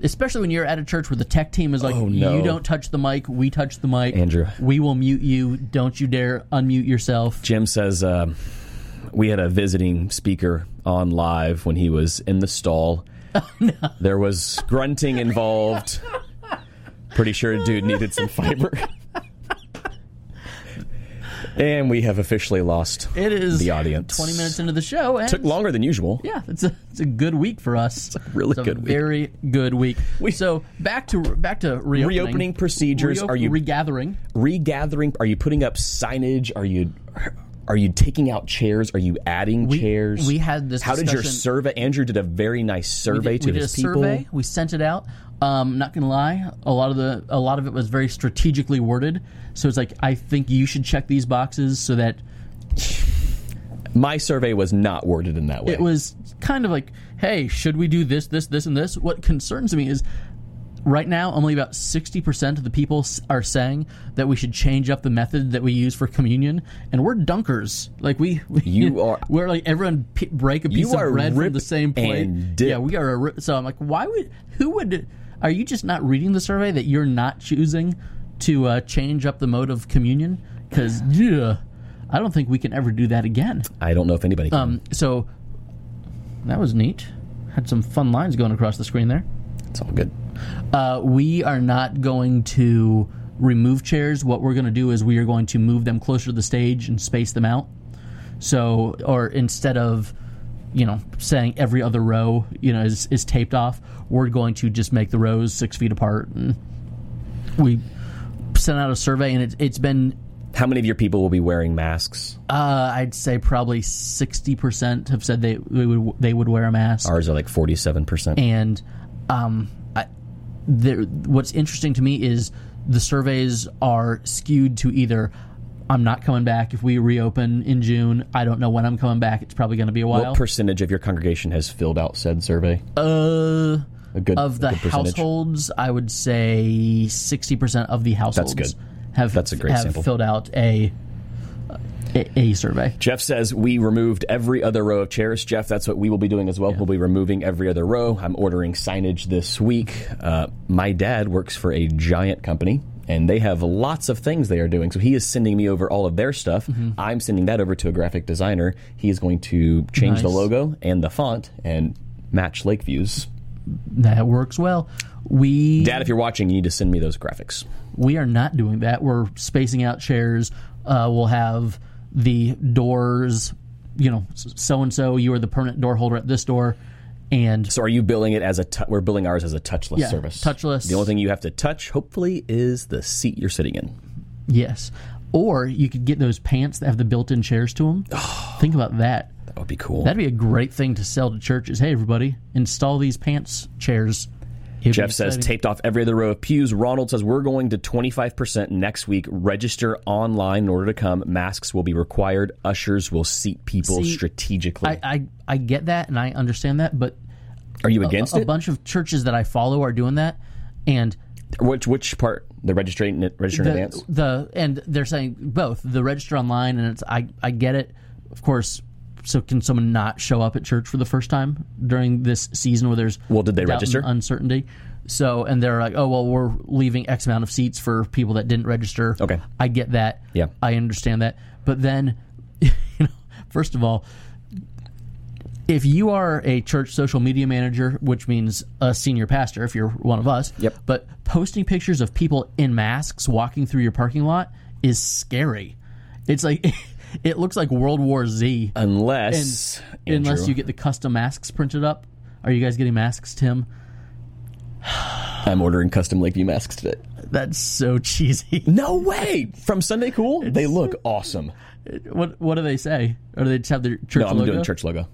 Speaker 1: Especially when you're at a church where the tech team is like,
Speaker 2: Oh, no.
Speaker 1: you don't touch the mic, we touch the mic.
Speaker 2: Andrew.
Speaker 1: We will mute you. Don't you dare unmute yourself.
Speaker 2: Jim says um, we had a visiting speaker on live when he was in the stall.
Speaker 1: Oh,
Speaker 2: There was grunting involved. Pretty sure a dude needed some fiber. and we have officially lost.
Speaker 1: It is
Speaker 2: The audience.
Speaker 1: 20 minutes into the show. And
Speaker 2: Took longer than usual.
Speaker 1: Yeah, it's a, it's a good week for us. It's a
Speaker 2: really good week.
Speaker 1: Very good week.
Speaker 2: We-
Speaker 1: so back to back to reopening.
Speaker 2: Reopening procedures,
Speaker 1: Reo-
Speaker 2: are you-
Speaker 1: regathering?
Speaker 2: Regathering. Are you putting up signage? Are you are you taking out chairs? Are you adding chairs?
Speaker 1: we had this
Speaker 2: How did your
Speaker 1: discussion-
Speaker 2: survey? Andrew did a very nice survey
Speaker 1: we
Speaker 2: to
Speaker 1: did a
Speaker 2: his people.
Speaker 1: survey. We sent it out. Um, not gonna lie, a lot of the a lot of it was very strategically worded. So it's like I think you should check these boxes so that
Speaker 2: My survey was not worded in that way.
Speaker 1: it was kind of like, hey, should we do this, this, this, and this? What concerns me is right now only about 60% of the people s- are saying that we should change up the method that we use for communion and we're dunkers like we, we
Speaker 2: You are-
Speaker 1: we're like everyone p- break a piece
Speaker 2: are
Speaker 1: of bread from
Speaker 2: rip
Speaker 1: the same plate
Speaker 2: and dip.
Speaker 1: yeah we are a rip. so i'm like why would who would are you just not reading the survey that you're not choosing to uh, change up the mode of communion because yeah i don't think we can ever do that again
Speaker 2: I don't know if anybody. Can.
Speaker 1: um, so that was neat. Had some fun lines going across the screen there.
Speaker 2: it's all good.
Speaker 1: Uh, we are not going to remove chairs. What we're going to do is we are going to move them closer to the stage and space them out. So, or instead of, you know, saying every other row, you know, is, is taped off, we're going to just make the rows six feet apart. And we sent out a survey, and it, it's been
Speaker 2: How many of your people will be wearing masks?
Speaker 1: Uh, I'd say probably sixty percent have said they, they would they would wear a mask,
Speaker 2: Ours are like forty-seven percent.
Speaker 1: and um, I, there, what's interesting to me is the surveys are skewed to either I'm not coming back if we reopen in June. I don't know when I'm coming back. It's probably going to be a while.
Speaker 2: What percentage of your congregation has filled out said survey?
Speaker 1: uh,
Speaker 2: A good
Speaker 1: of
Speaker 2: a
Speaker 1: the
Speaker 2: good percentage?
Speaker 1: households, I would say sixty percent of the households
Speaker 2: good.
Speaker 1: have
Speaker 2: That's a great
Speaker 1: have
Speaker 2: sample.
Speaker 1: filled out a a, a survey.
Speaker 2: Jeff says we removed every other row of chairs. Jeff, that's what we will be doing as well. We'll be removing every other row. I'm ordering signage this week. Uh, my dad works for a giant company, and they have lots of things they are doing. So he is sending me over all of their stuff.
Speaker 1: Mm-hmm.
Speaker 2: I'm sending that over to a graphic designer. He is going to change the
Speaker 1: Nice.
Speaker 2: logo and the font and match Lakeview's.
Speaker 1: That works well. We
Speaker 2: Dad, if you're watching, you need to send me those graphics.
Speaker 1: we are not doing that. We're spacing out chairs. Uh, we'll have the doors, you know, so and so, you are the permanent door holder at this door. And
Speaker 2: So are you billing it as a? T- we're billing ours as a touchless
Speaker 1: Yeah,
Speaker 2: service.
Speaker 1: touchless.
Speaker 2: The only thing you have to touch, hopefully, is the seat you're sitting in.
Speaker 1: yes. Or you could get those pants that have the built in chairs to them. Think about that.
Speaker 2: That would be cool.
Speaker 1: That'd be a great thing to sell to churches. Hey, everybody, install these pants chairs. It'd be
Speaker 2: Jeff says
Speaker 1: exciting.
Speaker 2: taped off every other row of pews. Ronald says we're going to 25% next week. Register online in order to come. Masks will be required. Ushers will seat people
Speaker 1: See,
Speaker 2: strategically.
Speaker 1: I, I, I get that and I understand that, but
Speaker 2: Are you against
Speaker 1: a
Speaker 2: it?
Speaker 1: bunch of churches that I follow are doing that, and
Speaker 2: Which which part? The registering registering in
Speaker 1: the,
Speaker 2: advance.
Speaker 1: the and they're saying both the register online and it's I I get it of course so can someone not show up at church for the first time during this season where there's
Speaker 2: Well, did they
Speaker 1: doubt and
Speaker 2: register?
Speaker 1: uncertainty so and they're like oh well we're leaving X amount of seats for people that didn't register
Speaker 2: Okay.
Speaker 1: I get that
Speaker 2: Yeah.
Speaker 1: I understand that but then you know first of all if you are a church social media manager, which means a senior pastor, if you're one of us,
Speaker 2: Yep.
Speaker 1: but posting pictures of people in masks walking through your parking lot is scary. It's like it looks like World War Z,
Speaker 2: Unless
Speaker 1: unless
Speaker 2: Andrew,
Speaker 1: you get the custom masks printed up. Are you guys getting masks, Tim?
Speaker 2: I'm ordering custom Lakeview masks today.
Speaker 1: That's so cheesy.
Speaker 2: No way! From Sunday Cool, they look awesome.
Speaker 1: What what do they say? Or do they just have their church
Speaker 2: No, I'm
Speaker 1: logo?
Speaker 2: doing church logo.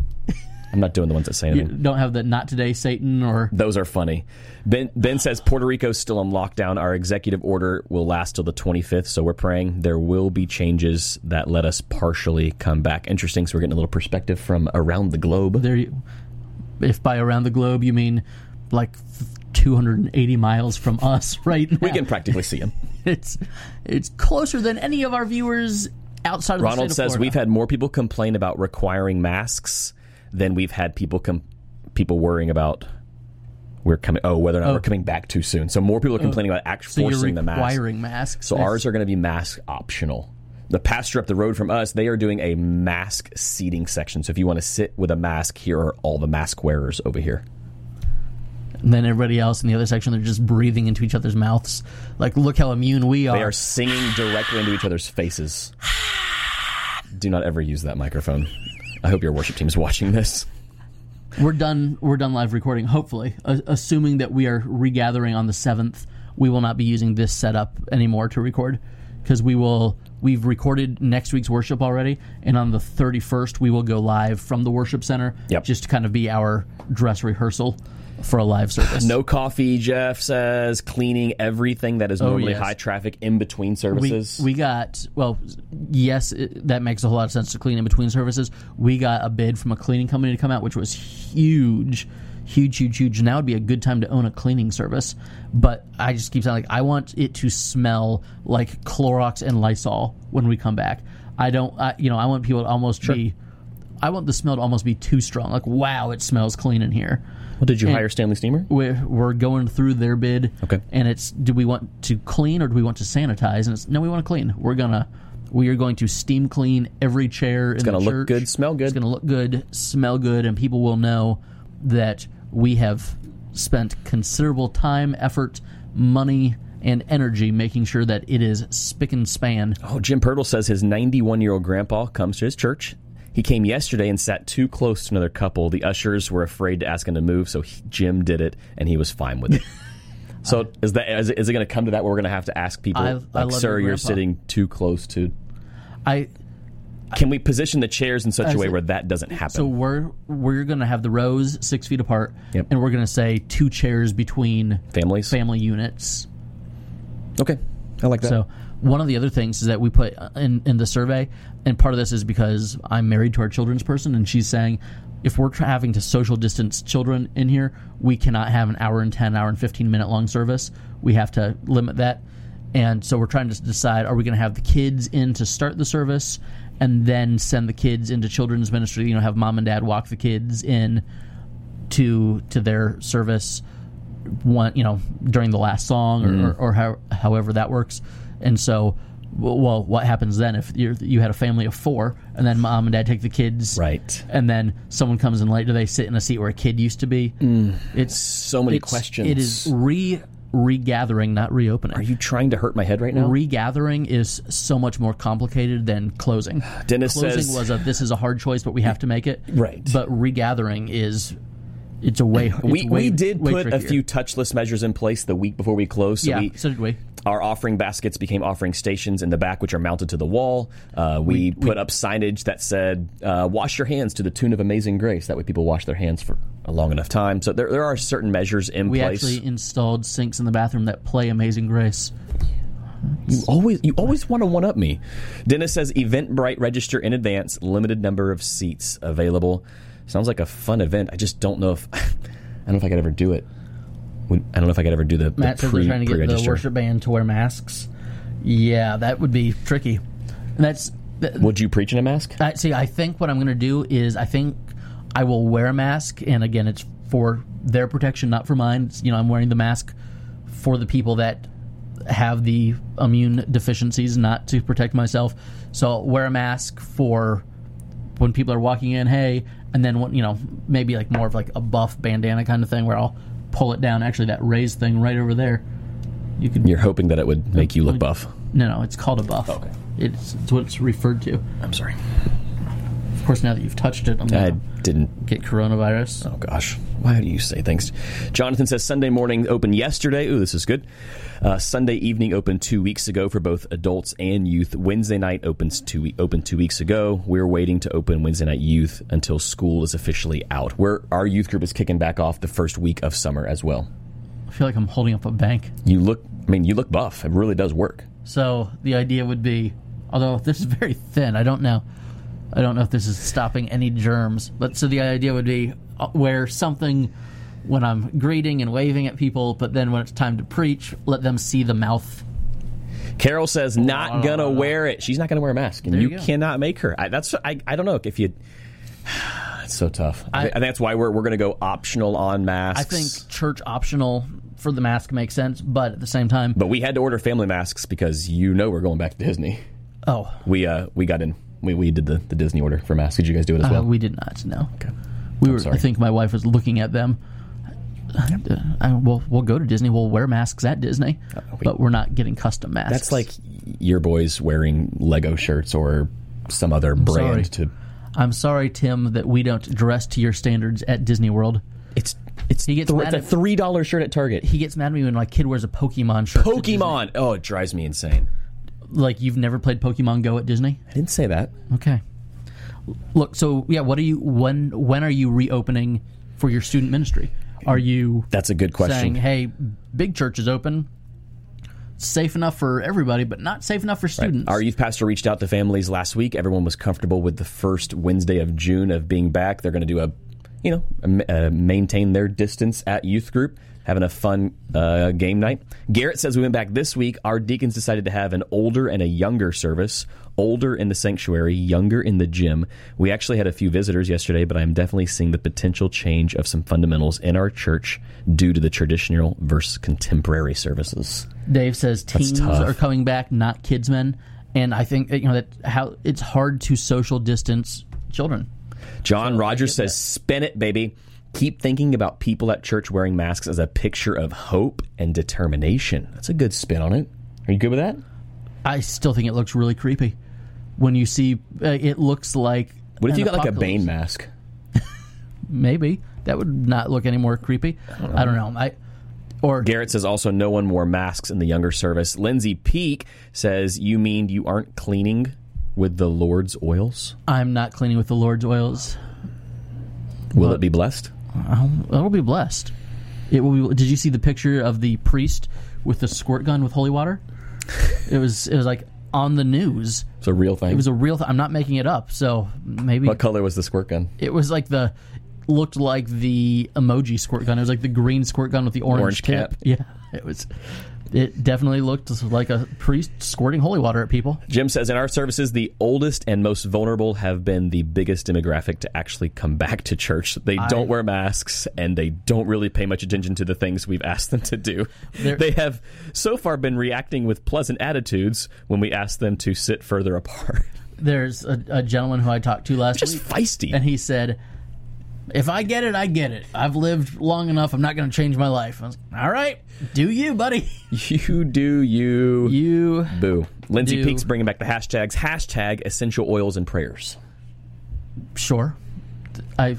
Speaker 2: I'm not doing the ones that say anything.
Speaker 1: Don't have the not today Satan or
Speaker 2: Those are funny. Ben Ben says Puerto Rico's still on lockdown. Our executive order will last till the 25th, so we're praying there will be changes that let us partially come back. Interesting. So we're getting a little perspective from around the globe.
Speaker 1: there you, if by around the globe you mean like 280 miles from us right now.
Speaker 2: We can practically see him.
Speaker 1: it's it's closer than any of our viewers outside of
Speaker 2: Ronald
Speaker 1: the
Speaker 2: says
Speaker 1: state of
Speaker 2: we've
Speaker 1: Florida.
Speaker 2: had more people complain about requiring masks than we've had people com- people worrying about we're coming. Oh, whether or not we're coming back too soon. So more people are complaining about actually
Speaker 1: Oh. so you're
Speaker 2: forcing the mask.
Speaker 1: requiring masks.
Speaker 2: So ours are going to be mask optional. The pasture up the road from us, they are doing a mask seating section. So if you want to sit with a mask, here are all the mask wearers over here.
Speaker 1: and then everybody else in the other section they're just breathing into each other's mouths. Like look how immune we are.
Speaker 2: They are singing directly into each other's faces. Do not ever use that microphone. I hope your worship team is watching this.
Speaker 1: We're done. We're done live recording. Hopefully, A- assuming that we are regathering on the seventh, we will not be using this setup anymore to record because we will. We've recorded next week's worship already, and on the thirty first, we will go live from the worship center.
Speaker 2: Yep.
Speaker 1: Just to kind of be our dress rehearsal for a live service.
Speaker 2: No coffee, Jeff says, cleaning everything that is normally
Speaker 1: Oh, yes.
Speaker 2: high traffic in between
Speaker 1: we,
Speaker 2: services.
Speaker 1: we got well yes it, that makes a whole lot of sense to clean in between services we got a bid from a cleaning company to come out which was huge huge huge huge now would be a good time to own a cleaning service but i just keep saying like i want it to smell like clorox and lysol when we come back i don't I, you know i want people to almost be i want the smell to almost be too strong like wow it smells clean in here
Speaker 2: well, did you hire Stanley Steamer?
Speaker 1: we're, we're going through their bid.
Speaker 2: Okay.
Speaker 1: And it's do we want to clean or do we want to sanitize? And it's no, we want to clean. We're gonna we are going to steam clean every chair. It's
Speaker 2: gonna look good, smell good.
Speaker 1: It's gonna look good, smell good, and people will know that we have spent considerable time, effort, money, and energy making sure that it is spick and span.
Speaker 2: Oh, Jim Pirtle says his 91 year old grandpa comes to his church. He came yesterday and sat too close to another couple. The ushers were afraid to ask him to move, so he, Jim did it, and he was fine with it. so is that is it, is it going to come to that where we're going to have to ask people,
Speaker 1: I- I
Speaker 2: like,
Speaker 1: love
Speaker 2: sir,
Speaker 1: your
Speaker 2: you're
Speaker 1: grandpa."
Speaker 2: sitting too close to?
Speaker 1: I
Speaker 2: Can we position the chairs in such a way
Speaker 1: it-
Speaker 2: where that doesn't happen?
Speaker 1: So we're we're gonna have the rows six feet apart,
Speaker 2: Yep.
Speaker 1: and we're gonna say two chairs between
Speaker 2: Families,
Speaker 1: family units.
Speaker 2: okay, I like that.
Speaker 1: So one of the other things is that we put uh, in in the survey, and part of this is because I'm married to our children's person, and she's saying if we're tr- having to social distance children in here, we cannot have an hour and ten, hour and fifteen minute long service. We have to limit that, and so we're trying to decide: are we going to have the kids in to start the service, and then send the kids into children's ministry? You know, have mom and dad walk the kids in to to their service one you know during the last song or,
Speaker 2: Mm-hmm.
Speaker 1: or, or how, however that works and so w- well what happens then if you're, you had a family of four and then mom and dad take the kids
Speaker 2: right,
Speaker 1: and then someone comes in late do they sit in a seat where a kid used to be it's
Speaker 2: so many
Speaker 1: it's-
Speaker 2: Mm. questions.
Speaker 1: it is re regathering not reopening
Speaker 2: Are you trying to hurt my head right now?
Speaker 1: regathering is so much more complicated than closing
Speaker 2: Dennis
Speaker 1: closing
Speaker 2: says,
Speaker 1: was a this is a hard choice but we have to make it
Speaker 2: Right.
Speaker 1: but regathering is it's a way it's
Speaker 2: we,
Speaker 1: way-
Speaker 2: we did
Speaker 1: way
Speaker 2: put a
Speaker 1: trickier.
Speaker 2: few touchless measures in place the week before we closed. So
Speaker 1: yeah
Speaker 2: we,
Speaker 1: so did we
Speaker 2: Our offering baskets became offering stations in the back, which are mounted to the wall. Uh, we, put up signage that said, uh, wash your hands to the tune of Amazing Grace. That way people wash their hands for a long enough time. So there, there are certain measures in
Speaker 1: We
Speaker 2: place.
Speaker 1: actually installed sinks in the bathroom that play Amazing Grace.
Speaker 2: you always, you always want to one up me. Dennis says, Eventbrite register in advance, limited number of seats available. Sounds like a fun event. I just don't know if, I don't know if I could ever do it. We, I don't know if I could ever do the, the
Speaker 1: Matt said
Speaker 2: pre
Speaker 1: they're trying to get the
Speaker 2: register.
Speaker 1: worship band to wear masks. Yeah, that would be tricky. And that's th-
Speaker 2: Would you preach in a mask?
Speaker 1: I, see, I think what I'm going to do is I think I will wear a mask, and again, it's for their protection, not for mine. It's, you know, I'm wearing the mask for the people that have the immune deficiencies, not to protect myself. So I'll wear a mask for when people are walking in, hey, and then what you know, maybe like more of like a buff bandana kind of thing, where I'll pull it down. Actually, that raised thing right over there. You could
Speaker 2: You're hoping that it would make you look buff.
Speaker 1: no, no, it's called a buff.
Speaker 2: Okay.
Speaker 1: it's, it's what it's referred to.
Speaker 2: I'm sorry.
Speaker 1: Of course, now that you've touched it, I'm gonna
Speaker 2: I didn't
Speaker 1: get coronavirus.
Speaker 2: Oh gosh, why do you say things? Jonathan says Sunday morning open yesterday. Ooh, this is good. Uh, Sunday evening open two weeks ago for both adults and youth. Wednesday night opens two open two weeks ago. We're waiting to open Wednesday night youth until school is officially out. Where our youth group is kicking back off the first week of summer as well.
Speaker 1: I feel like I'm holding up a bank.
Speaker 2: You look, I mean, you look buff. It really does work.
Speaker 1: So the idea would be, although this is very thin, I don't know. I don't know if this is stopping any germs. But so the idea would be uh, wear something when I'm greeting and waving at people, but then when it's time to preach, let them see the mouth.
Speaker 2: Carol says not gonna wear it. She's not gonna wear a mask, and you,
Speaker 1: you go.
Speaker 2: cannot make her. I, that's I, I. don't know if you. It's so tough. I, think that's why we're we're gonna go optional on masks.
Speaker 1: I think church optional for the mask makes sense, but at the same time,
Speaker 2: but we had to order family masks because you know we're going back to Disney.
Speaker 1: oh,
Speaker 2: We uh we got in. We, we did the, the Disney order for masks. Did you guys do it as
Speaker 1: uh,
Speaker 2: well?
Speaker 1: we did not. No,
Speaker 2: uh,
Speaker 1: we were. I think my wife was looking at them. Uh, I, we'll, we'll go to Disney. We'll wear masks at Disney, but we're not getting custom masks.
Speaker 2: Uh, that's like your boys wearing Lego shirts or some other brand.
Speaker 1: sorry.
Speaker 2: To
Speaker 1: I'm sorry, Tim, that we don't dress to your standards at Disney World.
Speaker 2: it's it's
Speaker 1: He gets
Speaker 2: thre-
Speaker 1: mad
Speaker 2: it's a
Speaker 1: at-
Speaker 2: three dollar shirt at Target.
Speaker 1: He gets mad at me when my kid wears a Pokemon shirt. to Disney.
Speaker 2: Pokemon. Oh, it drives me insane.
Speaker 1: Like you've never played Pokemon Go at Disney?
Speaker 2: I didn't say that.
Speaker 1: Okay. Look, so yeah, what are you when when are you reopening for your student ministry? Are you
Speaker 2: That's a good question.
Speaker 1: saying, "Hey, big church is open, safe enough for everybody, but not safe enough for students"?
Speaker 2: Our youth pastor reached out to families last week. Everyone was comfortable with the first Wednesday of June of being back. They're going to do a, you know, a ma- uh, maintain their distance at youth group, having a fun uh, game night. Garrett says we went back this week. Our deacons decided to have an older and a younger service. Older in the sanctuary, younger in the gym. We actually had a few visitors yesterday, but I'm definitely seeing the potential change of some fundamentals in our church due to the traditional versus contemporary services.
Speaker 1: Dave says teens
Speaker 2: tough.
Speaker 1: are coming back, not kidsmen, and I think that, you know that how it's hard to social distance children.
Speaker 2: John Rogers says, spin it, baby. Keep thinking about people at church wearing masks as a picture of hope and determination. That's a good spin on it. Are you good with that?
Speaker 1: I still think it looks really creepy when you see. Uh, it looks like.
Speaker 2: What if
Speaker 1: an
Speaker 2: you got like a
Speaker 1: apocalypse.
Speaker 2: Bane mask?
Speaker 1: Maybe that would not look any more creepy. I don't know. I or
Speaker 2: Garrett says also no one wore masks in the younger service. Lindsay Peak says, You mean you aren't cleaning with the Lord's oils?
Speaker 1: I'm not cleaning with the Lord's oils.
Speaker 2: Will it be blessed?
Speaker 1: It'll be blessed. It will. Be, did you see the picture of the priest with the squirt gun with holy water? it was. It was like on the news.
Speaker 2: It's a real thing.
Speaker 1: It was a real. Th- I'm not making it up. So maybe
Speaker 2: what color was the squirt gun?
Speaker 1: it was like the looked like the emoji squirt gun. It was like the green squirt gun with the orange,
Speaker 2: Orange
Speaker 1: tip.
Speaker 2: cap.
Speaker 1: Yeah, it was. It definitely looked like a priest squirting holy water at people.
Speaker 2: Jim says in our services, the oldest and most vulnerable have been the biggest demographic to actually come back to church. They don't wear masks and they don't really pay much attention to the things we've asked them to do.
Speaker 1: They're-
Speaker 2: They have so far been reacting with pleasant attitudes when we ask them to sit further apart.
Speaker 1: There's a, a gentleman who I talked to last
Speaker 2: Just
Speaker 1: week,
Speaker 2: feisty.
Speaker 1: and he said, "If I get it, I get it. I've lived long enough. I'm not going to change my life." I was like, "All right, do you, buddy?
Speaker 2: you do you.
Speaker 1: You
Speaker 2: Boo. Lindsay
Speaker 1: Do.
Speaker 2: Peaks bringing back the hashtags. Hashtag essential oils and prayers.
Speaker 1: sure?" I.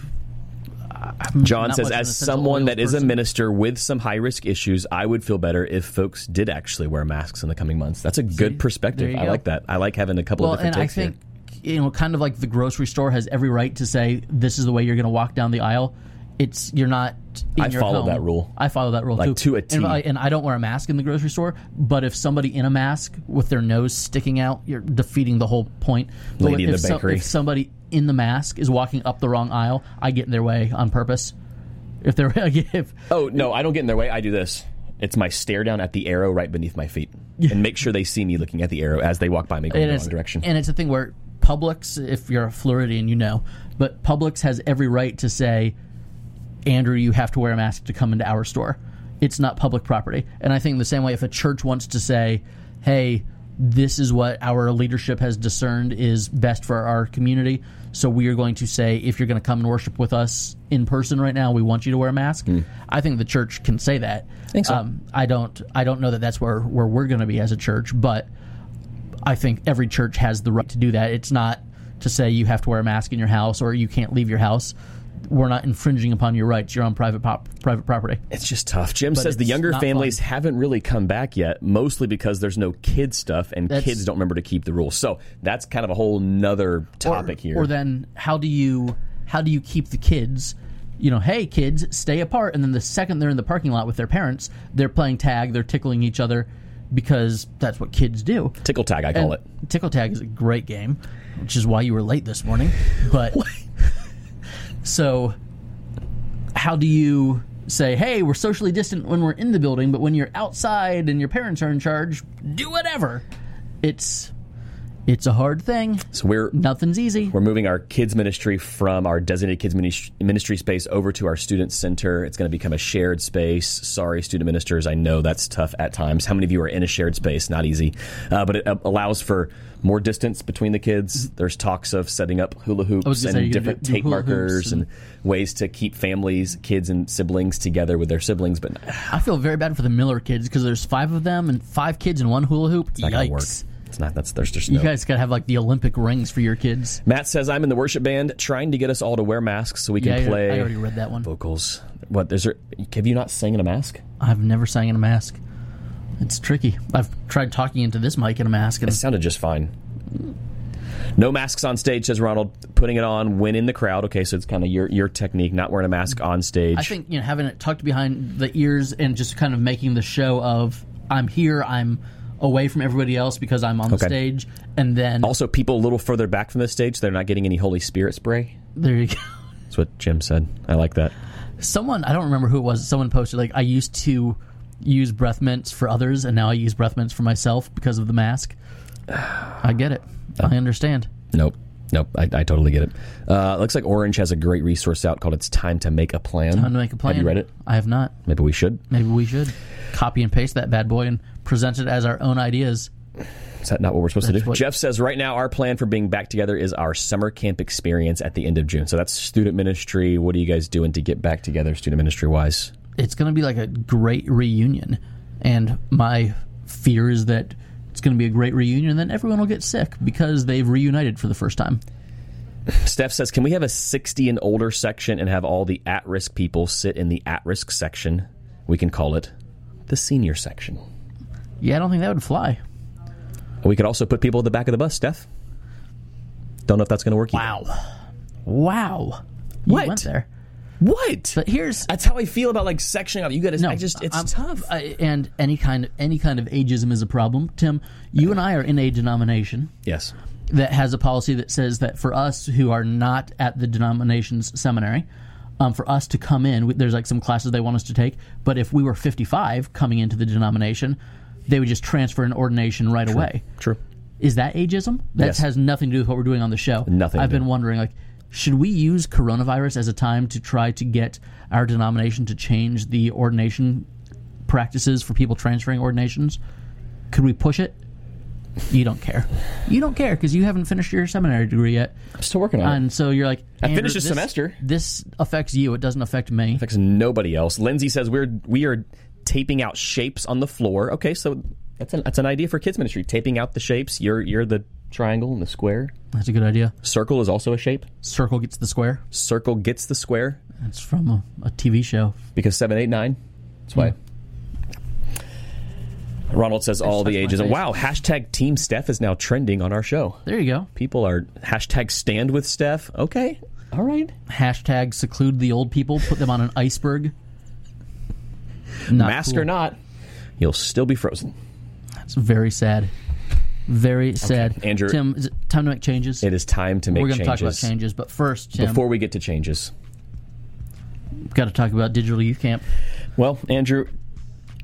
Speaker 2: John
Speaker 1: not
Speaker 2: says,
Speaker 1: much of an
Speaker 2: as
Speaker 1: essential
Speaker 2: someone
Speaker 1: oils
Speaker 2: that is a
Speaker 1: person."
Speaker 2: minister with some high risk issues, I would feel better if folks did actually wear masks in the coming months. That's a good perspective.
Speaker 1: you
Speaker 2: I
Speaker 1: go.
Speaker 2: like that. I like having a couple
Speaker 1: Well,
Speaker 2: of different
Speaker 1: and I
Speaker 2: takes here.
Speaker 1: think you know, kind of like the grocery store has every right to say this is the way you're going to walk down the aisle. It's you're not. In
Speaker 2: I
Speaker 1: your
Speaker 2: follow
Speaker 1: home.
Speaker 2: that rule.
Speaker 1: I follow that rule
Speaker 2: Like,
Speaker 1: too.
Speaker 2: to a
Speaker 1: And,
Speaker 2: T.
Speaker 1: I, and I don't wear a mask in the grocery store. But if somebody in a mask with their nose sticking out, you're defeating the whole point. But
Speaker 2: Lady
Speaker 1: if,
Speaker 2: in the
Speaker 1: so-
Speaker 2: bakery.
Speaker 1: if somebody in the mask is walking up the wrong aisle, I get in their way on purpose. If they're if
Speaker 2: Oh no, I don't get in their way. I do this. It's my stare down at the arrow right beneath my feet, and make sure they see me looking at the arrow as they walk by me going
Speaker 1: and
Speaker 2: the
Speaker 1: it's
Speaker 2: wrong direction.
Speaker 1: and it's a thing where Publix, if you're a Floridian, you know, but Publix has every right to say, Andrew, you have to wear a mask to come into our store. It's not public property, and I think the same way, if a church wants to say, hey. This is what our leadership has discerned is best for our community. So we are going to say, if you're going to come and worship with us in person right now, we want you to wear a mask.
Speaker 2: Hmm.
Speaker 1: I think the church can say that.
Speaker 2: Think so.
Speaker 1: Um, I don't. I don't know that that's where where we're going to be as a church, but I think every church has the right to do that. It's not to say you have to wear a mask in your house or you can't leave your house. We're not infringing upon your rights. You're on private pop, private property.
Speaker 2: It's just tough. Jim says the
Speaker 1: it's
Speaker 2: younger
Speaker 1: not
Speaker 2: families haven't really come back yet, mostly because there's no kid stuff and
Speaker 1: That's-
Speaker 2: kids don't remember to keep the rules. So that's kind of a whole nother topic here.
Speaker 1: Or then how do you how do you keep the kids? You know, hey kids, stay apart. And then the second they're in the parking lot with their parents, they're playing tag, they're tickling each other because that's what kids do.
Speaker 2: Tickle tag, I call it.
Speaker 1: Tickle Tag is a great game, which is why you were late this morning. But so, how do you say, "Hey, we're socially distant when we're in the building, but when you're outside and your parents are in charge, do whatever"? It's it's a hard thing.
Speaker 2: So we're
Speaker 1: Nothing's easy.
Speaker 2: We're moving our kids ministry from our designated kids minis- ministry space over to our student center. It's going to become a shared space. Sorry, student ministers, I know that's tough at times. How many of you are in a shared space? Not easy, uh, but it uh, allows for more distance between the kids. There's talks of setting up hula hoops
Speaker 1: was gonna
Speaker 2: and
Speaker 1: say, you could
Speaker 2: different
Speaker 1: do- do
Speaker 2: tape
Speaker 1: hula hoops
Speaker 2: markers and,
Speaker 1: and-
Speaker 2: ways to keep families, kids, and siblings together with their siblings. But
Speaker 1: I feel very bad for the Miller kids because there's five of them and five kids in one hula hoop.
Speaker 2: not going to work.
Speaker 1: Yikes!
Speaker 2: It's not. That's there's just
Speaker 1: You
Speaker 2: no.
Speaker 1: guys gotta have like the Olympic rings for your kids.
Speaker 2: Matt says I'm in the worship band, trying to get us all to wear masks so we
Speaker 1: Yeah,
Speaker 2: can
Speaker 1: I-
Speaker 2: play
Speaker 1: I already read that one.
Speaker 2: vocals. What is there? Have you not sang in a mask?
Speaker 1: I've never sang in a mask. It's tricky. I've tried talking into this mic in a mask, and
Speaker 2: It sounded just fine. No masks on stage, says Ronald. Putting it on when in the crowd. Okay, so it's kind of your your technique, not wearing a mask on stage.
Speaker 1: I think you know having it tucked behind the ears and just kind of making the show of I'm here, I'm away from everybody else because I'm on
Speaker 2: Okay.
Speaker 1: the stage, and then
Speaker 2: also, people a little further back from the stage, they're not getting any Holy Spirit spray.
Speaker 1: there you go.
Speaker 2: That's what Jim said. I like that.
Speaker 1: Someone I don't remember who it was. Someone posted like I used to use breath mints for others, and now I use breath mints for myself because of the mask. I get it. I understand.
Speaker 2: Nope. Nope, I, I totally get it. Uh, looks like Orange has a great resource out called "It's Time to Make a Plan."
Speaker 1: I'm gonna make a plan.
Speaker 2: Have you read it?
Speaker 1: I have not.
Speaker 2: Maybe we should.
Speaker 1: Maybe we should copy and paste that bad boy and present it as our own ideas.
Speaker 2: Is that not what we're supposed to
Speaker 1: That's
Speaker 2: do?
Speaker 1: what-
Speaker 2: Jeff says right now our plan for being back together is our summer camp experience at the end of June. So that's student ministry. What are you guys doing to get back together, student ministry wise?
Speaker 1: it's going to be like a great reunion. And my fear is that it's going to be a great reunion and then everyone will get sick because they've reunited for the first time.
Speaker 2: Steph says, "Can we have a 60 and older section and have all the at-risk people sit in the at-risk section? We can call it the senior section.
Speaker 1: Yeah, I don't think that would fly.
Speaker 2: We could also put people at the back of the bus, Steph. Don't know if that's going to work. either.
Speaker 1: Wow.
Speaker 2: What?
Speaker 1: You went there.
Speaker 2: What?
Speaker 1: But here's
Speaker 2: That's how I feel about like sectioning up. You got to. I just. It's
Speaker 1: I'm-
Speaker 2: tough.
Speaker 1: I, and any kind of any kind of ageism is a problem. Tim, you and I are in a denomination
Speaker 2: yes.
Speaker 1: that has a policy that says that for us who are not at the denomination's seminary, um, for us to come in, we- there's like some classes they want us to take. But if we were 55 coming into the denomination, they would just transfer an ordination right away.
Speaker 2: True.
Speaker 1: Is that ageism? That
Speaker 2: Yes.
Speaker 1: has nothing to do with what we're doing on the show.
Speaker 2: Nothing to
Speaker 1: I've been
Speaker 2: do.
Speaker 1: wondering, like, should we use coronavirus as a time to try to get our denomination to change the ordination practices for people transferring ordinations? Could we push it? You don't care. You don't care because you haven't finished your seminary degree yet,
Speaker 2: I'm still working on it.
Speaker 1: and so you're like, I
Speaker 2: finished this semester."
Speaker 1: This affects you. It doesn't affect me.
Speaker 2: affects nobody else. Lindsay says we're we are taping out shapes on the floor. Okay, so that's an, that's an idea for kids ministry. Taping out the shapes. You're you're the triangle and the square.
Speaker 1: That's a good idea.
Speaker 2: Circle is also a shape.
Speaker 1: Circle gets the square.
Speaker 2: Circle gets the square
Speaker 1: It's from a, a TV show.
Speaker 2: because seven, eight, nine. That's why. Hmm. Ronald says all the
Speaker 1: touched my
Speaker 2: ages.
Speaker 1: face.
Speaker 2: Wow, hashtag Team Steph is now trending on our show.
Speaker 1: There you go.
Speaker 2: People are hashtag Stand with Steph. Okay, all right.
Speaker 1: hashtag seclude the old people, put them on an iceberg. Not
Speaker 2: Mask
Speaker 1: cool.
Speaker 2: or not, you'll still be frozen.
Speaker 1: It's very sad. Very sad.
Speaker 2: Andrew-
Speaker 1: Tim, is it time to make changes?
Speaker 2: It is time to make
Speaker 1: We're going to
Speaker 2: changes.
Speaker 1: talk about changes, but first, Tim,
Speaker 2: Before we get to changes,
Speaker 1: got to talk about digital youth camp.
Speaker 2: Well, Andrew,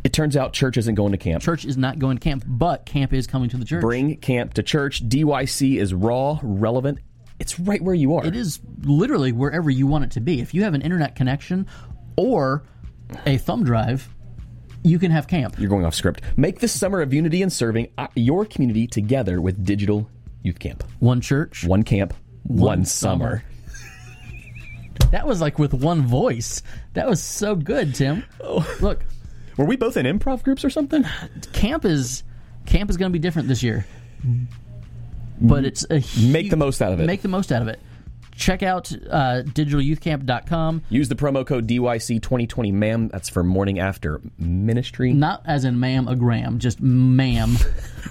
Speaker 2: it turns out church isn't going to camp.
Speaker 1: Church is not going to camp, but camp is coming to the church.
Speaker 2: Bring camp to church. DYC is raw, relevant. It's right where you are.
Speaker 1: It is literally wherever you want it to be. If you have an internet connection or a thumb drive, you can have camp.
Speaker 2: You're going off script. Make this summer of unity and serving uh, your community together with digital youth camp.
Speaker 1: One church.
Speaker 2: One camp, one,
Speaker 1: One
Speaker 2: summer.
Speaker 1: That was like with one voice. That was so good, Tim.
Speaker 2: Oh.
Speaker 1: Look,
Speaker 2: Were we both in improv groups or something?
Speaker 1: camp is camp is going to be different this year. But it's a
Speaker 2: Make
Speaker 1: hu-
Speaker 2: the most out of it.
Speaker 1: Make the most out of it. Check out uh, digitalyouthcamp.com.
Speaker 2: Use the promo code DYC2020, ma'am. That's for morning after ministry.
Speaker 1: Not as in ma'am a gram, just ma'am,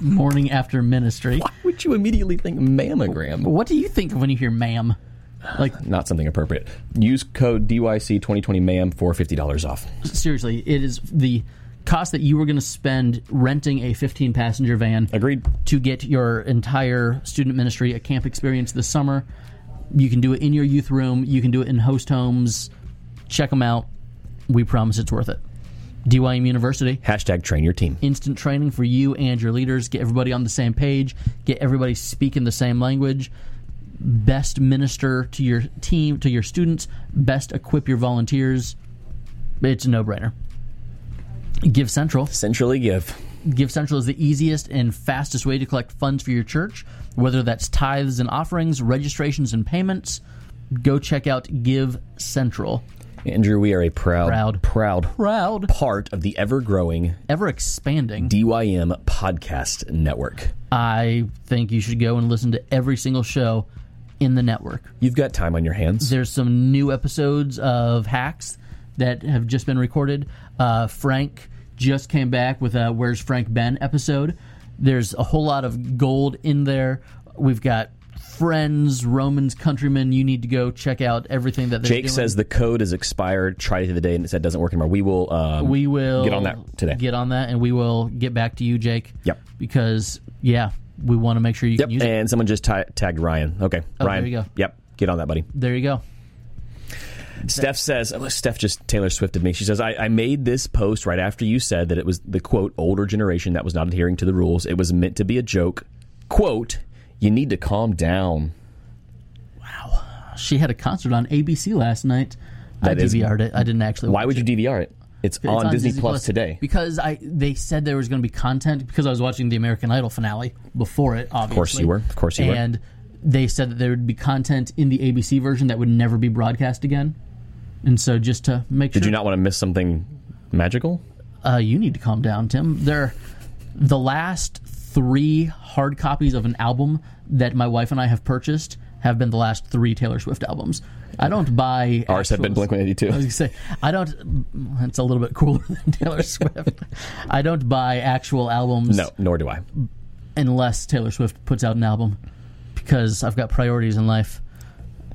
Speaker 1: morning after ministry.
Speaker 2: Why would you immediately think mammogram?
Speaker 1: What do you think when you hear ma'am? Like
Speaker 2: Not something appropriate. Use code DYC2020, ma'am, for $50 off.
Speaker 1: seriously, it is the cost that you were going to spend renting a 15 passenger van
Speaker 2: Agreed.
Speaker 1: to get your entire student ministry a camp experience this summer. You can do it in your youth room. You can do it in host homes. Check them out. We promise it's worth it. DYM University,
Speaker 2: Hashtag train your team.
Speaker 1: instant training for you and your leaders. Get everybody on the same page. Get everybody speaking the same language. Best minister to your team, to your students. Best equip your volunteers. It's a no brainer. Give Central.
Speaker 2: Centrally give.
Speaker 1: Give Central is the easiest and fastest way to collect funds for your church, whether that's tithes and offerings, registrations and payments. Go check out Give Central.
Speaker 2: Andrew, we are a proud,
Speaker 1: Proud.
Speaker 2: proud
Speaker 1: Proud,
Speaker 2: part of the ever growing
Speaker 1: ever expanding.
Speaker 2: DYM podcast network.
Speaker 1: I think you should go and listen to every single show in the network.
Speaker 2: You've got time on your hands.
Speaker 1: There's some new episodes of Hacks that have just been recorded. Uh, Frank just came back with a Where's Frank Ben episode. There's a whole lot of gold in there. We've got friends, Romans, countrymen. You need to go check out everything that they're
Speaker 2: Jake
Speaker 1: doing.
Speaker 2: says the code is expired. Try it the day and it said doesn't work anymore. We will. Um,
Speaker 1: we will
Speaker 2: get on that today.
Speaker 1: Get on that, and we will get back to you, Jake.
Speaker 2: Yep.
Speaker 1: Because yeah, we want to make sure you
Speaker 2: Yep.
Speaker 1: can use it. Oh,
Speaker 2: And someone just ta- tagged Ryan. Okay.
Speaker 1: there
Speaker 2: Ryan.
Speaker 1: you go.
Speaker 2: Yep. Get on that, buddy.
Speaker 1: There you go.
Speaker 2: Steph says, oh, Steph just Taylor Swifted me. She says, I, I made this post right after you said that it was the quote, older generation that was not adhering to the rules. It was meant to be a joke. Quote, you need to calm down.
Speaker 1: She had a concert on ABC last night. I
Speaker 2: That is-
Speaker 1: DVR'd it. I didn't actually.
Speaker 2: Why
Speaker 1: watch
Speaker 2: would you DVR it? It's,
Speaker 1: It's
Speaker 2: on, Disney, Plus today.
Speaker 1: because I they said there was going to be content because I was watching the American Idol finale before it. Obviously, of
Speaker 2: course you were. Of course you were.
Speaker 1: and they said that there would be content in the ABC version that would never be broadcast again. And so, just to make
Speaker 2: Did
Speaker 1: sure,
Speaker 2: you not want to miss something magical?
Speaker 1: uh, you need to calm down, Tim. There, the last three hard copies of an album that my wife and I have purchased have been the last three Taylor Swift albums. I don't buy.
Speaker 2: Ours have been
Speaker 1: actuals.
Speaker 2: Blink 182.
Speaker 1: I was gonna say I don't. That's a little bit cooler than Taylor Swift. I don't buy actual albums
Speaker 2: No, nor do I.
Speaker 1: unless Taylor Swift puts out an album because I've got priorities in life.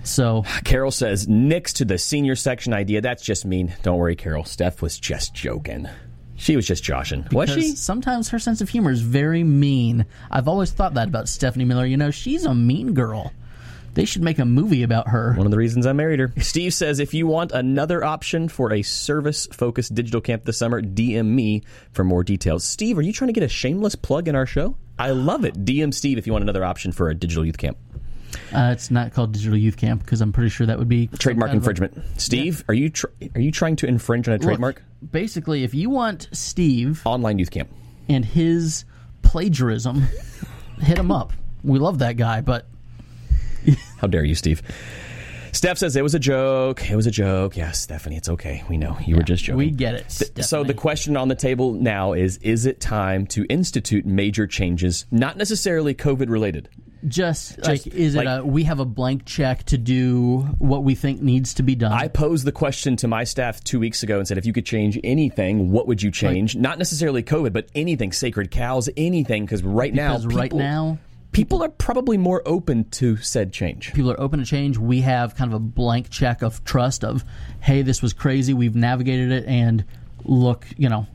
Speaker 1: So
Speaker 2: Carol says, next to the senior section idea, that's just mean. Don't worry, Carol. Steph was just joking. She was just joshing. was she?
Speaker 1: because sometimes her sense of humor is very mean. I've always thought that about Stephanie Miller. You know, she's a mean girl. They should make a movie about her.
Speaker 2: One of the reasons I married her. Steve says, if you want another option for a service focused digital camp this summer, DM me for more details. Steve, are you trying to get a shameless plug in our show? I love it. DM Steve if you want another option for a digital youth camp.
Speaker 1: Uh, it's not called Digital Youth Camp because I'm pretty sure that would be
Speaker 2: Trademark
Speaker 1: kind of a-
Speaker 2: infringement. Steve, are you tr- are you trying to infringe on a
Speaker 1: Look,
Speaker 2: trademark?
Speaker 1: Basically, if you want Steve
Speaker 2: Online youth camp.
Speaker 1: and his plagiarism, hit him up. We love that guy, but
Speaker 2: How dare you, Steve? Steph says it was a joke. It was a joke. Yeah, Stephanie, it's okay. We know. You were just joking.
Speaker 1: we get it.
Speaker 2: So the question on the table now is: Is it time to institute major changes, not necessarily COVID related?
Speaker 1: just, like is it
Speaker 2: like-
Speaker 1: a we have a blank check to do what we think needs to be done?
Speaker 2: I posed the question to my staff two weeks ago and said, if you could change anything, what would you change? Not necessarily COVID, but anything, sacred cows, anything, because right now,
Speaker 1: because right
Speaker 2: people-
Speaker 1: now
Speaker 2: people are probably more open to said change.
Speaker 1: people are open to change. We have kind of a blank check of trust of hey, this was crazy. We've navigated it, and look, you know,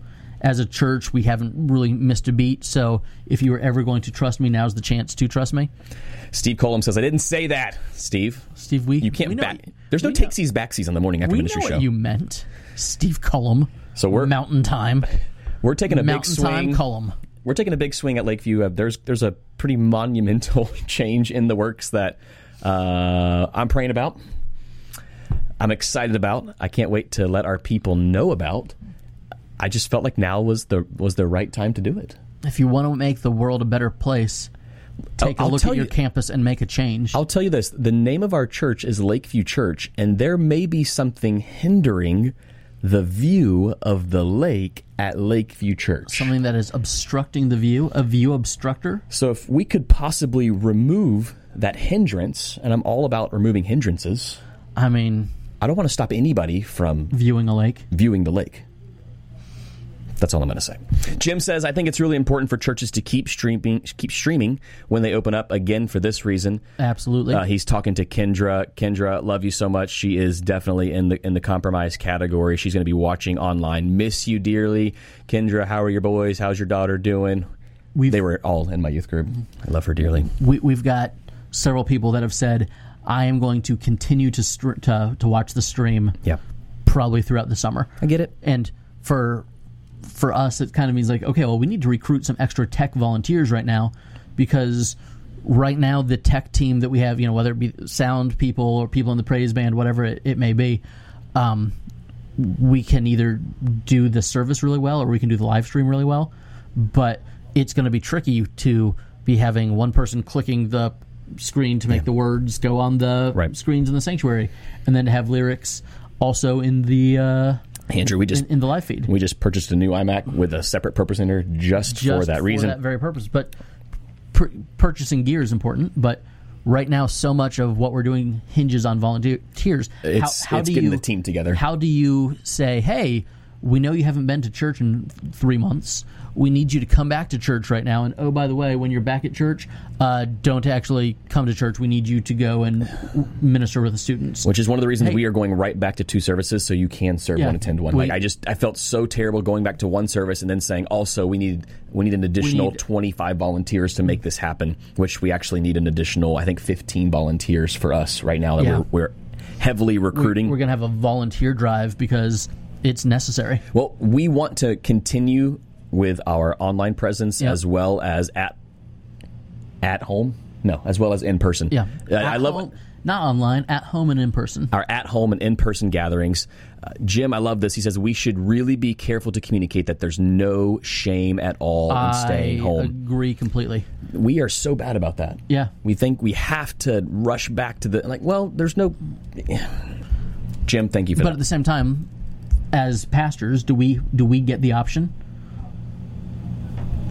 Speaker 1: as a church, we haven't really missed a beat. So if you were ever going to trust me, now's the chance to trust me.
Speaker 2: Steve Colum says, I didn't say that, Steve.
Speaker 1: Steve, we
Speaker 2: You can't
Speaker 1: we know-
Speaker 2: back. There's no
Speaker 1: we know-
Speaker 2: takesies backsies on the morning after
Speaker 1: We know
Speaker 2: ministry
Speaker 1: what
Speaker 2: show.
Speaker 1: you meant, Steve Cullum.
Speaker 2: So we're-
Speaker 1: mountain time,
Speaker 2: We're taking a big
Speaker 1: mountain time
Speaker 2: swing.
Speaker 1: Cullum.
Speaker 2: We're taking a big swing at Lakeview. Uh, There's there's a pretty monumental change in the works that uh, I'm praying about. I'm excited about. I can't wait to let our people know about. I just felt like now was the was the right time to do it.
Speaker 1: If you want to make the world a better place, take a
Speaker 2: I'll
Speaker 1: look
Speaker 2: tell
Speaker 1: at your
Speaker 2: you-
Speaker 1: campus and make a change.
Speaker 2: I'll tell you this the name of our church is Lakeview Church, and there may be something hindering the view of the lake at Lakeview Church.
Speaker 1: Something that is obstructing the view, a view obstructor.
Speaker 2: So, if we could possibly remove that hindrance, and I'm all about removing hindrances,
Speaker 1: I mean,
Speaker 2: I don't want to stop anybody from
Speaker 1: viewing a lake.
Speaker 2: viewing the lake. That's all I'm going to say. Jim says, I think it's really important for churches to keep streaming, keep streaming when they open up again for this reason.
Speaker 1: Absolutely.
Speaker 2: Uh, he's talking to Kendra. Kendra, love you so much. She is definitely in the in the compromise category. She's going to be watching online. Miss you dearly, Kendra. How are your boys? How's your daughter doing?
Speaker 1: We've-
Speaker 2: they were all in my youth group. I love her dearly.
Speaker 1: we, we've got several people that have said, I am going to continue to, str- to, to watch the stream
Speaker 2: Yeah,
Speaker 1: probably throughout the summer.
Speaker 2: I get it.
Speaker 1: And for for us, it kind of means like, okay, well, we need to recruit some extra tech volunteers right now because right now the tech team that we have, you know, whether it be sound people or people in the praise band, whatever it, it may be, um, we can either do the service really well or we can do the live stream really well. But it's going to be tricky to be having one person clicking the screen to make the words go on the
Speaker 2: Right.
Speaker 1: screens in the sanctuary, and then to have lyrics also in the uh,
Speaker 2: Andrew, we just
Speaker 1: in, in the live feed
Speaker 2: we just purchased a new iMac with a separate purpose in there just,
Speaker 1: just
Speaker 2: for that reason.
Speaker 1: that very purpose. But pur- purchasing gear is important. But right now, so much of what we're doing hinges on volunteers.
Speaker 2: It's- it's getting the team together.
Speaker 1: How do you say, hey? We know you haven't been to church in three months. We need you to come back to church right now. And oh, by the way, when you're back at church, uh, don't actually come to church. We need you to go and minister with the students.
Speaker 2: which is one of the reasons
Speaker 1: Hey.
Speaker 2: we are going right back to two services so you can serve
Speaker 1: Yeah.
Speaker 2: one, attend one.
Speaker 1: We-
Speaker 2: like I just I felt so terrible going back to one service and then saying also we need we need an additional
Speaker 1: need-
Speaker 2: 25 volunteers to make this happen, which we actually need an additional I think 15 volunteers for us right now that
Speaker 1: Yeah.
Speaker 2: we're, we're heavily recruiting.
Speaker 1: We're going to have a volunteer drive because it's necessary.
Speaker 2: Well, we want to continue with our online presence
Speaker 1: Yeah.
Speaker 2: as well as at at home. No, as well as in person.
Speaker 1: Yeah,
Speaker 2: I,
Speaker 1: At
Speaker 2: I love
Speaker 1: home- not online, at home and in person.
Speaker 2: our at home and in person gatherings. Uh, Jim, I love this. He says we should really be careful to communicate that there's no shame at all in staying
Speaker 1: I
Speaker 2: home.
Speaker 1: agree completely.
Speaker 2: we are so bad about that.
Speaker 1: Yeah.
Speaker 2: We think we have to rush back to the like. Well, there's no. Jim, thank you for
Speaker 1: But at
Speaker 2: that.
Speaker 1: the same time, as pastors, do we do we get the option?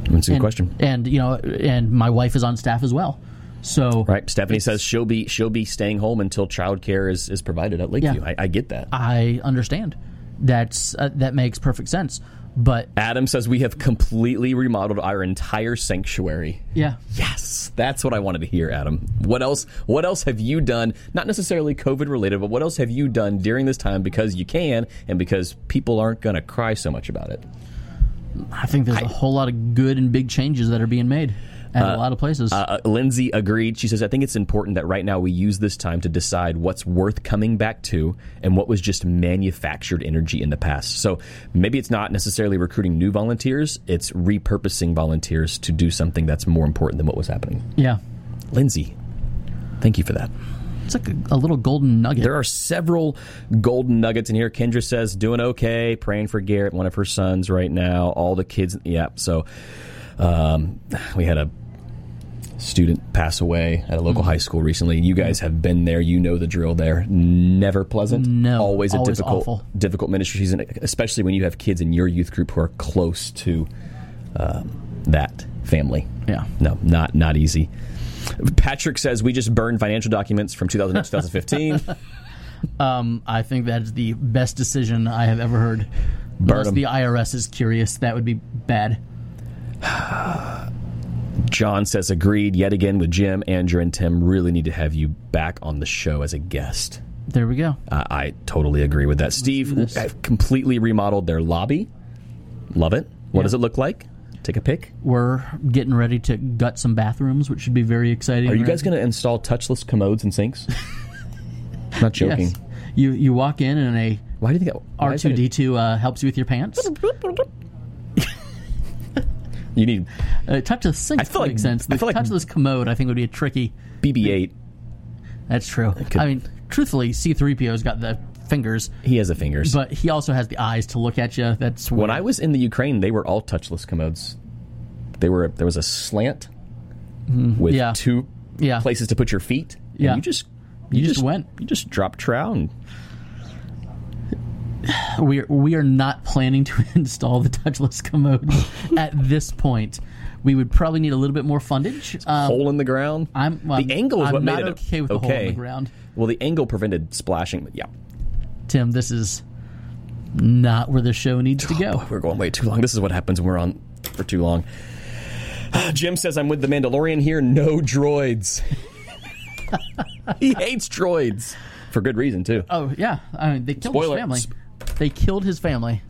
Speaker 2: That's a good
Speaker 1: And,
Speaker 2: question.
Speaker 1: And you know, and my wife is on staff as well, so
Speaker 2: Right, Stephanie says she'll be she'll be staying home until childcare is is provided at Lakeview.
Speaker 1: Yeah.
Speaker 2: I, I get that.
Speaker 1: I understand. That's uh, that makes perfect sense. But
Speaker 2: Adam says we have completely remodeled our entire sanctuary.
Speaker 1: yeah,
Speaker 2: Yes, that's what I wanted to hear, Adam. What else? What else have you done? Not necessarily COVID related, but what else have you done during this time because you can and because people aren't going to cry so much about it?
Speaker 1: I think there's a whole lot of good and big changes that are being made at a lot of places.
Speaker 2: Uh, Lindsay agreed. She says, "I think it's important that right now we use this time to decide what's worth coming back to and what was just manufactured energy in the past." So maybe it's not necessarily recruiting new volunteers; it's repurposing volunteers to do something that's more important than what was happening.
Speaker 1: yeah,
Speaker 2: Lindsay, thank you for that.
Speaker 1: it's like a, a little golden nugget.
Speaker 2: There are several golden nuggets in here. Kendra says, doing okay, praying for Garrett, one of her sons right now. All the kids, yeah. So um, we had a student pass away at a local
Speaker 1: Mm-hmm.
Speaker 2: high school recently. You guys have been there. You know the drill there. Never pleasant.
Speaker 1: No,
Speaker 2: Always a
Speaker 1: always
Speaker 2: difficult,
Speaker 1: awful.
Speaker 2: difficult ministry season, especially when you have kids in your youth group who are close to um, that family.
Speaker 1: yeah,
Speaker 2: No, not not easy. Patrick says we just burned financial documents from 2000 to 2015.
Speaker 1: I think that is the best decision I have ever heard. Unless
Speaker 2: 'em.
Speaker 1: the IRS is curious, that would be bad.
Speaker 2: John says, agreed yet again with Jim, Andrew, and Tim. Really need to have you back on the show as a guest.
Speaker 1: There we go.
Speaker 2: Uh, I totally agree with that. Steve completely remodeled their lobby. Love it. What does it look like? Take a pic.
Speaker 1: We're getting ready to gut some bathrooms, which should be very exciting.
Speaker 2: Are you
Speaker 1: right?
Speaker 2: guys going to install touchless commodes and sinks? Not joking.
Speaker 1: Yes. You you walk in and a
Speaker 2: Why do you think that
Speaker 1: R two D two uh, helps you with your pants.
Speaker 2: You need
Speaker 1: Uh, touchless sink
Speaker 2: feel like-
Speaker 1: makes sense.
Speaker 2: I
Speaker 1: The
Speaker 2: feel like-
Speaker 1: touchless commode, I think, would be a tricky.
Speaker 2: BB-8.
Speaker 1: That's true.
Speaker 2: could-
Speaker 1: I mean, truthfully, C three PO's got the fingers,
Speaker 2: He has the fingers.
Speaker 1: but he also has the eyes to look at you. That's
Speaker 2: when I was in the Ukraine, they were all touchless commodes. They were there was a slant with
Speaker 1: Mm-hmm. yeah.
Speaker 2: two
Speaker 1: Yeah.
Speaker 2: places to put your feet. and
Speaker 1: Yeah.
Speaker 2: you just
Speaker 1: You just went.
Speaker 2: You just dropped trow and
Speaker 1: we are, we are not planning to install the touchless commode at this point. We would probably need a little bit more fundage. Um,
Speaker 2: hole in the ground.
Speaker 1: I'm- I'm-
Speaker 2: the angle is
Speaker 1: I'm
Speaker 2: what made
Speaker 1: not
Speaker 2: it
Speaker 1: okay with the hole in the ground.
Speaker 2: Well, the angle prevented splashing. but Yeah,
Speaker 1: Tim, this is not where the show needs to go.
Speaker 2: oh, we're going way too long. This is what happens when we're on for too long. Jim says I'm with the Mandalorian here. No droids. he hates droids for good reason too.
Speaker 1: Oh yeah, I mean they killed
Speaker 2: Spoiler.
Speaker 1: his family.
Speaker 2: Sp-
Speaker 1: They killed his family.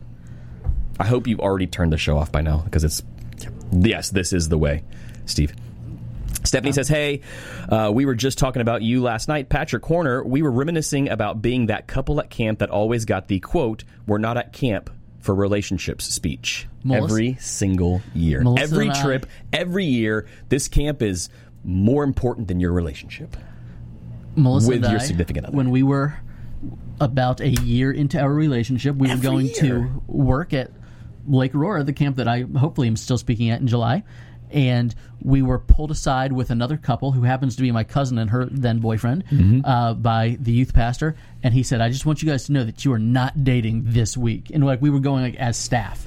Speaker 2: I hope you've already turned the show off by now because it's yes, this is the way, Steve. Stephanie says, "Hey, uh, we were just talking about you last night, Patrick Horner. We were reminiscing about being that couple at camp that always got the quote, "We're not at camp for relationships" speech
Speaker 1: Melissa-
Speaker 2: every single year,
Speaker 1: Melissa
Speaker 2: every
Speaker 1: and I-
Speaker 2: trip, every year. This camp is more important than your relationship.
Speaker 1: Melissa
Speaker 2: With
Speaker 1: and
Speaker 2: your
Speaker 1: I,
Speaker 2: significant other.
Speaker 1: When we were about a year into our relationship, we were
Speaker 2: Every
Speaker 1: going
Speaker 2: year.
Speaker 1: to work at Lake Aurora, the camp that I hopefully am still speaking at in July. And we were pulled aside with another couple who happens to be my cousin and her then boyfriend
Speaker 2: Mm-hmm.
Speaker 1: uh, by the youth pastor. And he said, I just want you guys to know that you are not dating this week. And like we were going like as staff.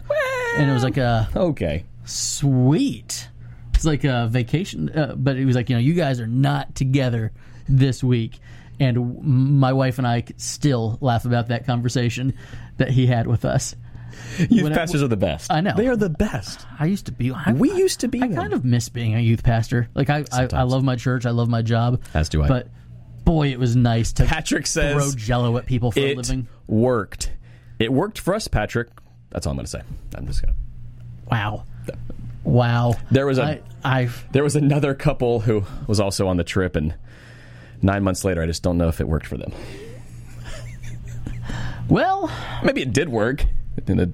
Speaker 1: And it was like a
Speaker 2: Okay,
Speaker 1: sweet. It's like a vacation, uh, but it was like you know you guys are not together this week, and w- my wife and I could still laugh about that conversation that he had with us.
Speaker 2: youth
Speaker 1: When I-
Speaker 2: pastors are the best.
Speaker 1: I know.
Speaker 2: they are the best.
Speaker 1: I used to be. I,
Speaker 2: We used to be
Speaker 1: I
Speaker 2: them.
Speaker 1: kind of miss being a youth pastor. Like I, I, I love my church. I love my job.
Speaker 2: As do I.
Speaker 1: But boy, it was nice to
Speaker 2: Patrick says
Speaker 1: throw Jello at people for a
Speaker 2: it
Speaker 1: living.
Speaker 2: worked. It worked for us, Patrick. That's all I'm going to say. I'm just going. to
Speaker 1: Wow, wow.
Speaker 2: There was a-
Speaker 1: I, I
Speaker 2: There was another couple who was also on the trip, and nine months later, I just don't know if it worked for them.
Speaker 1: well,
Speaker 2: Maybe it did work. In a,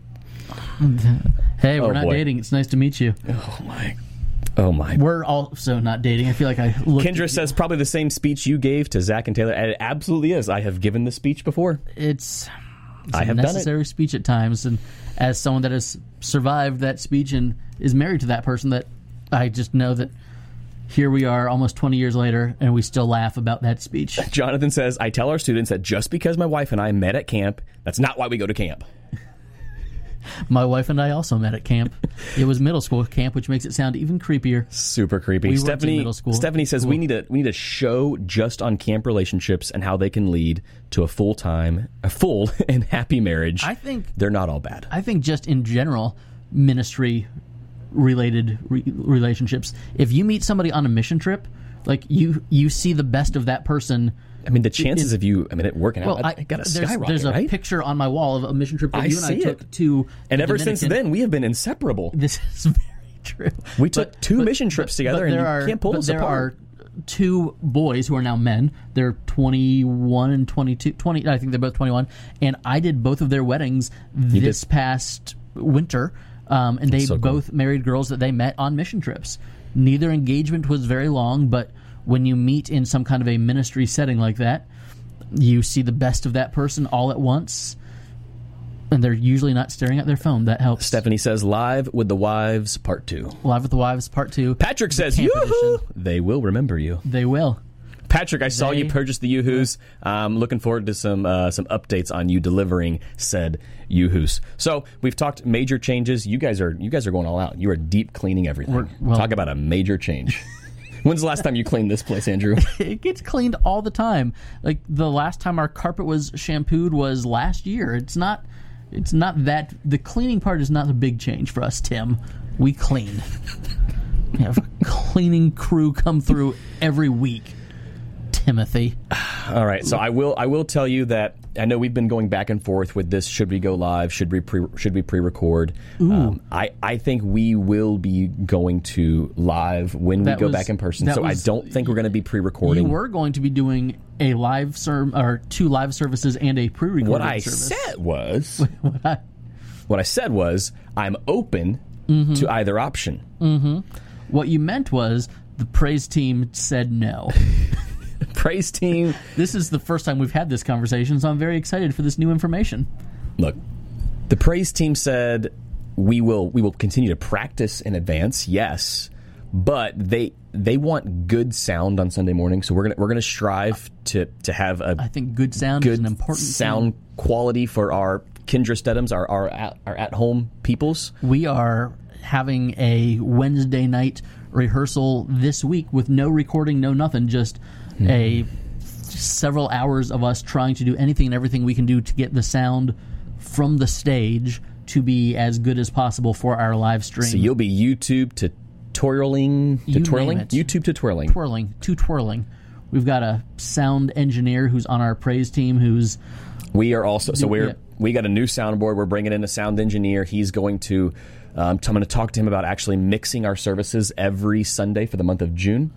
Speaker 1: hey, we're
Speaker 2: Oh,
Speaker 1: not
Speaker 2: boy.
Speaker 1: dating. It's nice to meet you.
Speaker 2: oh my, oh my.
Speaker 1: We're also not dating. I feel like I looked.
Speaker 2: Kendra says probably the same speech you gave to Zach and Taylor. And it absolutely is. I have given this speech before.
Speaker 1: it's, it's
Speaker 2: I
Speaker 1: a
Speaker 2: have done it.
Speaker 1: necessary speech at times, and as someone that has survived that speech and is married to that person, that I just know that here we are, almost twenty years later, and we still laugh about that speech.
Speaker 2: Jonathan says I tell our students that just because my wife and I met at camp, that's not why we go to camp.
Speaker 1: My wife and I also met at camp. It was middle school camp, which makes it sound even creepier.
Speaker 2: Super creepy.
Speaker 1: went to
Speaker 2: Stephanie
Speaker 1: middle school.
Speaker 2: Stephanie says we need a we need a show just on camp relationships and how they can lead to a full time a full and happy marriage.
Speaker 1: I think
Speaker 2: they're not all bad.
Speaker 1: I think just in general, ministry related re- relationships. If you meet somebody on a mission trip, like you you see the best of that person.
Speaker 2: I mean the chances of you I mean it working out I, got
Speaker 1: there's,
Speaker 2: a skyrocket,
Speaker 1: there's a
Speaker 2: right?
Speaker 1: picture on my wall of a mission trip that
Speaker 2: I
Speaker 1: you and I
Speaker 2: see
Speaker 1: took
Speaker 2: it.
Speaker 1: to.
Speaker 2: and
Speaker 1: the
Speaker 2: ever since
Speaker 1: Dominican.
Speaker 2: then we have been inseparable.
Speaker 1: this is very true.
Speaker 2: We took two mission trips together
Speaker 1: But
Speaker 2: and
Speaker 1: there
Speaker 2: you
Speaker 1: are-
Speaker 2: can't pull
Speaker 1: but
Speaker 2: us
Speaker 1: there
Speaker 2: apart.
Speaker 1: are two boys who are now men. They're 21 and 22. 20, I think they're both 21. And I did both of their weddings this past winter. Um, and they
Speaker 2: so cool.
Speaker 1: both married girls that they met on mission trips. Neither engagement was very long, but when you meet in some kind of a ministry setting like that, you see the best of that person all at once. And they're usually not staring at their phone. That helps.
Speaker 2: Stephanie says live with the wives part 2.
Speaker 1: Live with the Wives, Part 2.
Speaker 2: Patrick says
Speaker 1: camp
Speaker 2: yoo-hoo!
Speaker 1: edition.
Speaker 2: They will remember you.
Speaker 1: They will.
Speaker 2: Patrick, I saw you
Speaker 1: They-
Speaker 2: purchase the Yoo-Hoos. I'm looking forward to some uh, some updates on you delivering said Yoo-Hoos. So we've talked major changes. You guys are you guys are going all out. You are deep cleaning everything.
Speaker 1: well-
Speaker 2: Talk about a major change. When's the last time you cleaned this place, Andrew?
Speaker 1: It gets cleaned all the time. Like the last time our carpet was shampooed was last year. It's not. It's not that the cleaning part is not a big change for us, Tim. We clean. we have a cleaning crew come through every week. Timothy,
Speaker 2: all right. So I will I will tell you that I know we've been going back and forth with this. Should we go live? Should we pre, should we pre-record? Um, I I think we will be going to live when
Speaker 1: That
Speaker 2: we go
Speaker 1: was-
Speaker 2: back in person.
Speaker 1: that
Speaker 2: So
Speaker 1: was-
Speaker 2: I don't think we're going to be
Speaker 1: We
Speaker 2: pre-recording.
Speaker 1: were going to be doing a live serv or two live services and a pre-recorded
Speaker 2: what I
Speaker 1: service.
Speaker 2: said was what I said was I'm open
Speaker 1: Mm-hmm.
Speaker 2: to either option.
Speaker 1: What you meant was the praise team said no.
Speaker 2: Praise team.
Speaker 1: this is the first time we've had this conversation, so I'm very excited for this new information.
Speaker 2: Look, the praise team said we will we will continue to practice in advance. Yes, but they they want good sound on Sunday morning, so we're gonna we're gonna strive to to have
Speaker 1: I
Speaker 2: a
Speaker 1: think good sound is
Speaker 2: good
Speaker 1: an important
Speaker 2: sound quality for our kindred stedhams, our our at, our at home peoples.
Speaker 1: thing. We are having a Wednesday night rehearsal this week with no recording, no nothing, just
Speaker 2: Hmm.
Speaker 1: a several hours of us trying to do anything and everything we can do to get the sound from the stage to be as good as possible for our live stream.
Speaker 2: So you'll be YouTube tutorialing,
Speaker 1: Mm-hmm. name
Speaker 2: twirling,
Speaker 1: it.
Speaker 2: YouTube tutorialing.
Speaker 1: twirling, two twirling. We've got a sound engineer who's on our praise team who's
Speaker 2: We are also so we're
Speaker 1: yeah.
Speaker 2: we got a new soundboard. We're bringing in a sound engineer. He's going to. Um, t- I'm going to talk to him about actually mixing our services every Sunday for the month of June,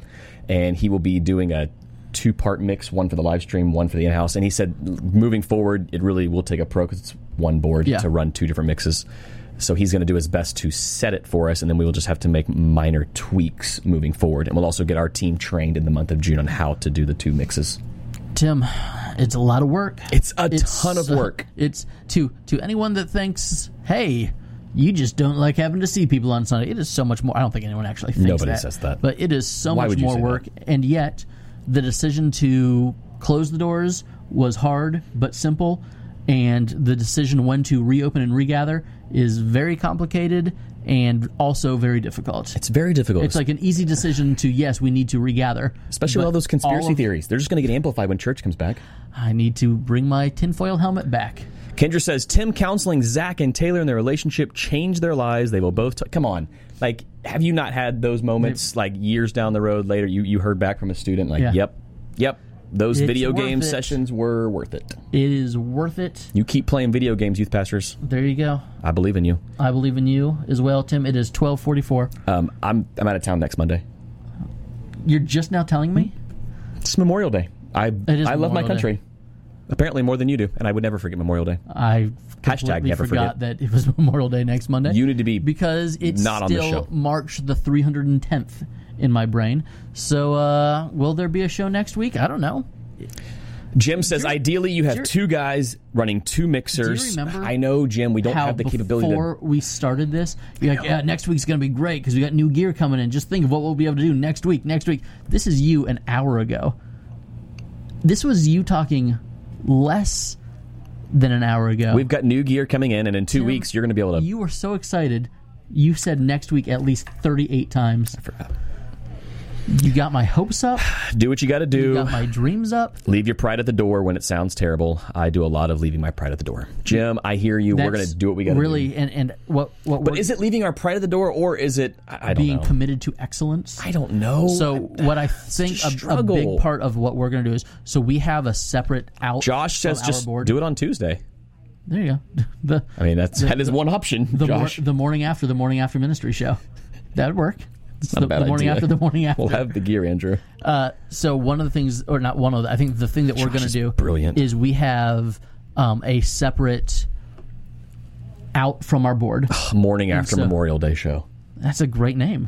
Speaker 2: and he will be doing a two part mix, one for the live stream, one for the in house. And he said, moving forward, it really will take a pro because it's one board
Speaker 1: Yeah.
Speaker 2: to run two different mixes. So he's going to do his best to set it for us, and then we will just have to make minor tweaks moving forward. And we'll also get our team trained in the month of June on how to do the two mixes.
Speaker 1: Tim, it's a lot of work.
Speaker 2: It's a ton of
Speaker 1: uh,
Speaker 2: work.
Speaker 1: it's to to anyone that thinks, "Hey, you just don't like having to see people on Sunday." It is so much more. I don't think anyone actually thinks
Speaker 2: Nobody
Speaker 1: that,
Speaker 2: says that.
Speaker 1: but it is so
Speaker 2: Why
Speaker 1: much
Speaker 2: would you
Speaker 1: more
Speaker 2: say
Speaker 1: work. And yet, the decision to close the doors was hard but simple, and the decision when to reopen and regather is very complicated and also very difficult.
Speaker 2: It's very difficult.
Speaker 1: It's like an easy decision to yes, we need to regather,
Speaker 2: Especially with
Speaker 1: but
Speaker 2: all those conspiracy
Speaker 1: all of-
Speaker 2: theories. They're just going to get amplified when church comes back.
Speaker 1: I need to bring my tinfoil helmet back.
Speaker 2: Kendra says Tim counseling Zach and Taylor in their relationship changed their lives. They will both. T- Come on. Like, have you not had those moments like years down the road later? You, you heard back from a student, like,
Speaker 1: Yeah.
Speaker 2: yep, yep, those
Speaker 1: It's
Speaker 2: video
Speaker 1: worth
Speaker 2: game
Speaker 1: it.
Speaker 2: sessions were worth it.
Speaker 1: It is worth it.
Speaker 2: You keep playing video games, youth pastors.
Speaker 1: There you go.
Speaker 2: I believe in you.
Speaker 1: I believe in you as well, Tim. It is twelve forty four.
Speaker 2: Um, I'm, I'm out of town next Monday.
Speaker 1: You're just now telling me?
Speaker 2: It's Memorial Day. I, I
Speaker 1: It is
Speaker 2: love my
Speaker 1: Memorial Day.
Speaker 2: country. Apparently, more than you do. And I would never forget Memorial Day.
Speaker 1: I
Speaker 2: Hashtag
Speaker 1: completely
Speaker 2: never
Speaker 1: forgot that it was Memorial Day next Monday.
Speaker 2: You need to be
Speaker 1: because it's
Speaker 2: not on the
Speaker 1: still
Speaker 2: show.
Speaker 1: March the three hundred and tenth in my brain. So uh, will there be a show next week? I don't know.
Speaker 2: Jim says, ideally, you have
Speaker 1: you're-
Speaker 2: two guys running two mixers.
Speaker 1: remember
Speaker 2: I know, Jim, we don't
Speaker 1: How
Speaker 2: have the capability
Speaker 1: before
Speaker 2: to.
Speaker 1: we started this, you're like, yeah, next week's going to be great because we got new gear coming in. Just think of what we'll be able to do next week. Next week. This is you an hour ago. This was you talking less than an hour ago.
Speaker 2: We've got new gear coming in, and in two weeks, you're going to be able to.
Speaker 1: You were so excited. You said next week at least 38 times. You got my hopes up,
Speaker 2: do what you got to do.
Speaker 1: got my dreams up.
Speaker 2: Leave your pride at the door when it sounds terrible. I do a lot of leaving my pride at the door. Jim, I hear you. We're going
Speaker 1: That's
Speaker 2: to do what we got to
Speaker 1: Really
Speaker 2: do.
Speaker 1: and and what what
Speaker 2: But
Speaker 1: we're
Speaker 2: is it leaving our pride at the door, or is it. I, I don't
Speaker 1: being
Speaker 2: know.
Speaker 1: committed to excellence.
Speaker 2: I don't know.
Speaker 1: So what I think a- a,
Speaker 2: struggle.
Speaker 1: big part of what we're going to do is so we have a separate out.
Speaker 2: Josh says
Speaker 1: of our
Speaker 2: just
Speaker 1: board.
Speaker 2: do it on Tuesday.
Speaker 1: There you go. The
Speaker 2: I mean, that's, that is one option,
Speaker 1: the, mor-
Speaker 2: Josh.
Speaker 1: the morning after the morning after ministry show. That'd work. It's
Speaker 2: Not
Speaker 1: the,
Speaker 2: a bad
Speaker 1: the morning
Speaker 2: idea.
Speaker 1: after the morning after.
Speaker 2: We'll have the gear, Andrew.
Speaker 1: Uh, so one of the things, or not one of the, I think the thing that we're going to
Speaker 2: is
Speaker 1: do,
Speaker 2: brilliant.
Speaker 1: is we have um, a separate out from our board.
Speaker 2: Morning after
Speaker 1: so.
Speaker 2: Memorial Day show.
Speaker 1: That's a great name.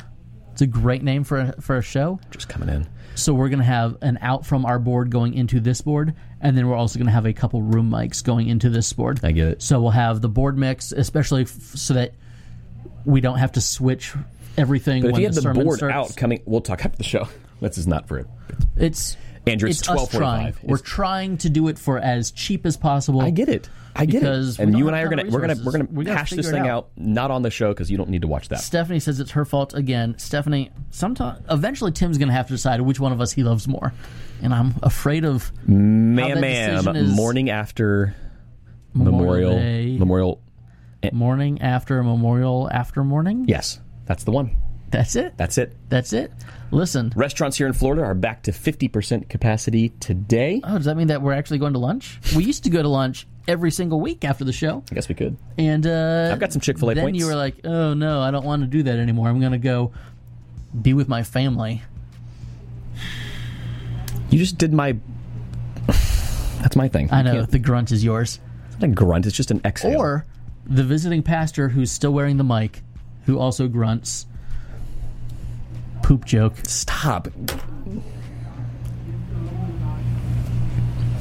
Speaker 1: It's a great name for a, for a show.
Speaker 2: Just coming in.
Speaker 1: So we're going to have an out from our board going into this board, and then we're also going to have a couple room mics going into this board.
Speaker 2: I get it.
Speaker 1: So we'll have the board mix, especially f- so that we don't have to switch everything
Speaker 2: But if
Speaker 1: when
Speaker 2: you have
Speaker 1: the,
Speaker 2: the,
Speaker 1: sermon
Speaker 2: board
Speaker 1: starts.
Speaker 2: out coming, we'll talk after the show. This is not for it.
Speaker 1: It's
Speaker 2: Andrew, it's
Speaker 1: us
Speaker 2: 12:45.
Speaker 1: trying. We're trying to do it for as cheap as possible.
Speaker 2: I get it. I get
Speaker 1: Because
Speaker 2: it.
Speaker 1: we
Speaker 2: And
Speaker 1: don't
Speaker 2: you and I
Speaker 1: have
Speaker 2: are
Speaker 1: a ton
Speaker 2: gonna
Speaker 1: of
Speaker 2: we're gonna
Speaker 1: resources.
Speaker 2: we're gonna
Speaker 1: We gotta
Speaker 2: hash this
Speaker 1: figure it
Speaker 2: thing out.
Speaker 1: out.
Speaker 2: not on the show because you don't need to watch that.
Speaker 1: Stephanie says it's her fault again. Stephanie, sometime eventually Tim's going to have to decide which one of us he loves more, and I'm afraid of how
Speaker 2: Ma'am,
Speaker 1: that
Speaker 2: ma'am.
Speaker 1: decision is-
Speaker 2: Morning after
Speaker 1: Memorial
Speaker 2: Memorial
Speaker 1: Day.
Speaker 2: Memorial.
Speaker 1: morning after Memorial after morning.
Speaker 2: Yes, that's the one.
Speaker 1: That's it.
Speaker 2: That's it.
Speaker 1: That's it. Listen.
Speaker 2: Restaurants here in Florida are back to 50% capacity today.
Speaker 1: Oh, does that mean that we're actually going to lunch? We used to go to lunch every single week after the show,
Speaker 2: I guess we could.
Speaker 1: and uh,
Speaker 2: I've got some Chick-fil-A
Speaker 1: Then
Speaker 2: points.
Speaker 1: you were like, "Oh no, I don't want to do that anymore. I'm going to go be with my family."
Speaker 2: You just did my. That's my thing.
Speaker 1: I
Speaker 2: You
Speaker 1: know
Speaker 2: can't-
Speaker 1: the grunt is yours,
Speaker 2: It's not a grunt. It's just an exhale.
Speaker 1: or the visiting pastor who's still wearing the mic, who also grunts. Poop joke.
Speaker 2: stop.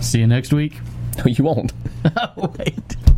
Speaker 1: See you next week.
Speaker 2: No, you won't.
Speaker 1: Wait.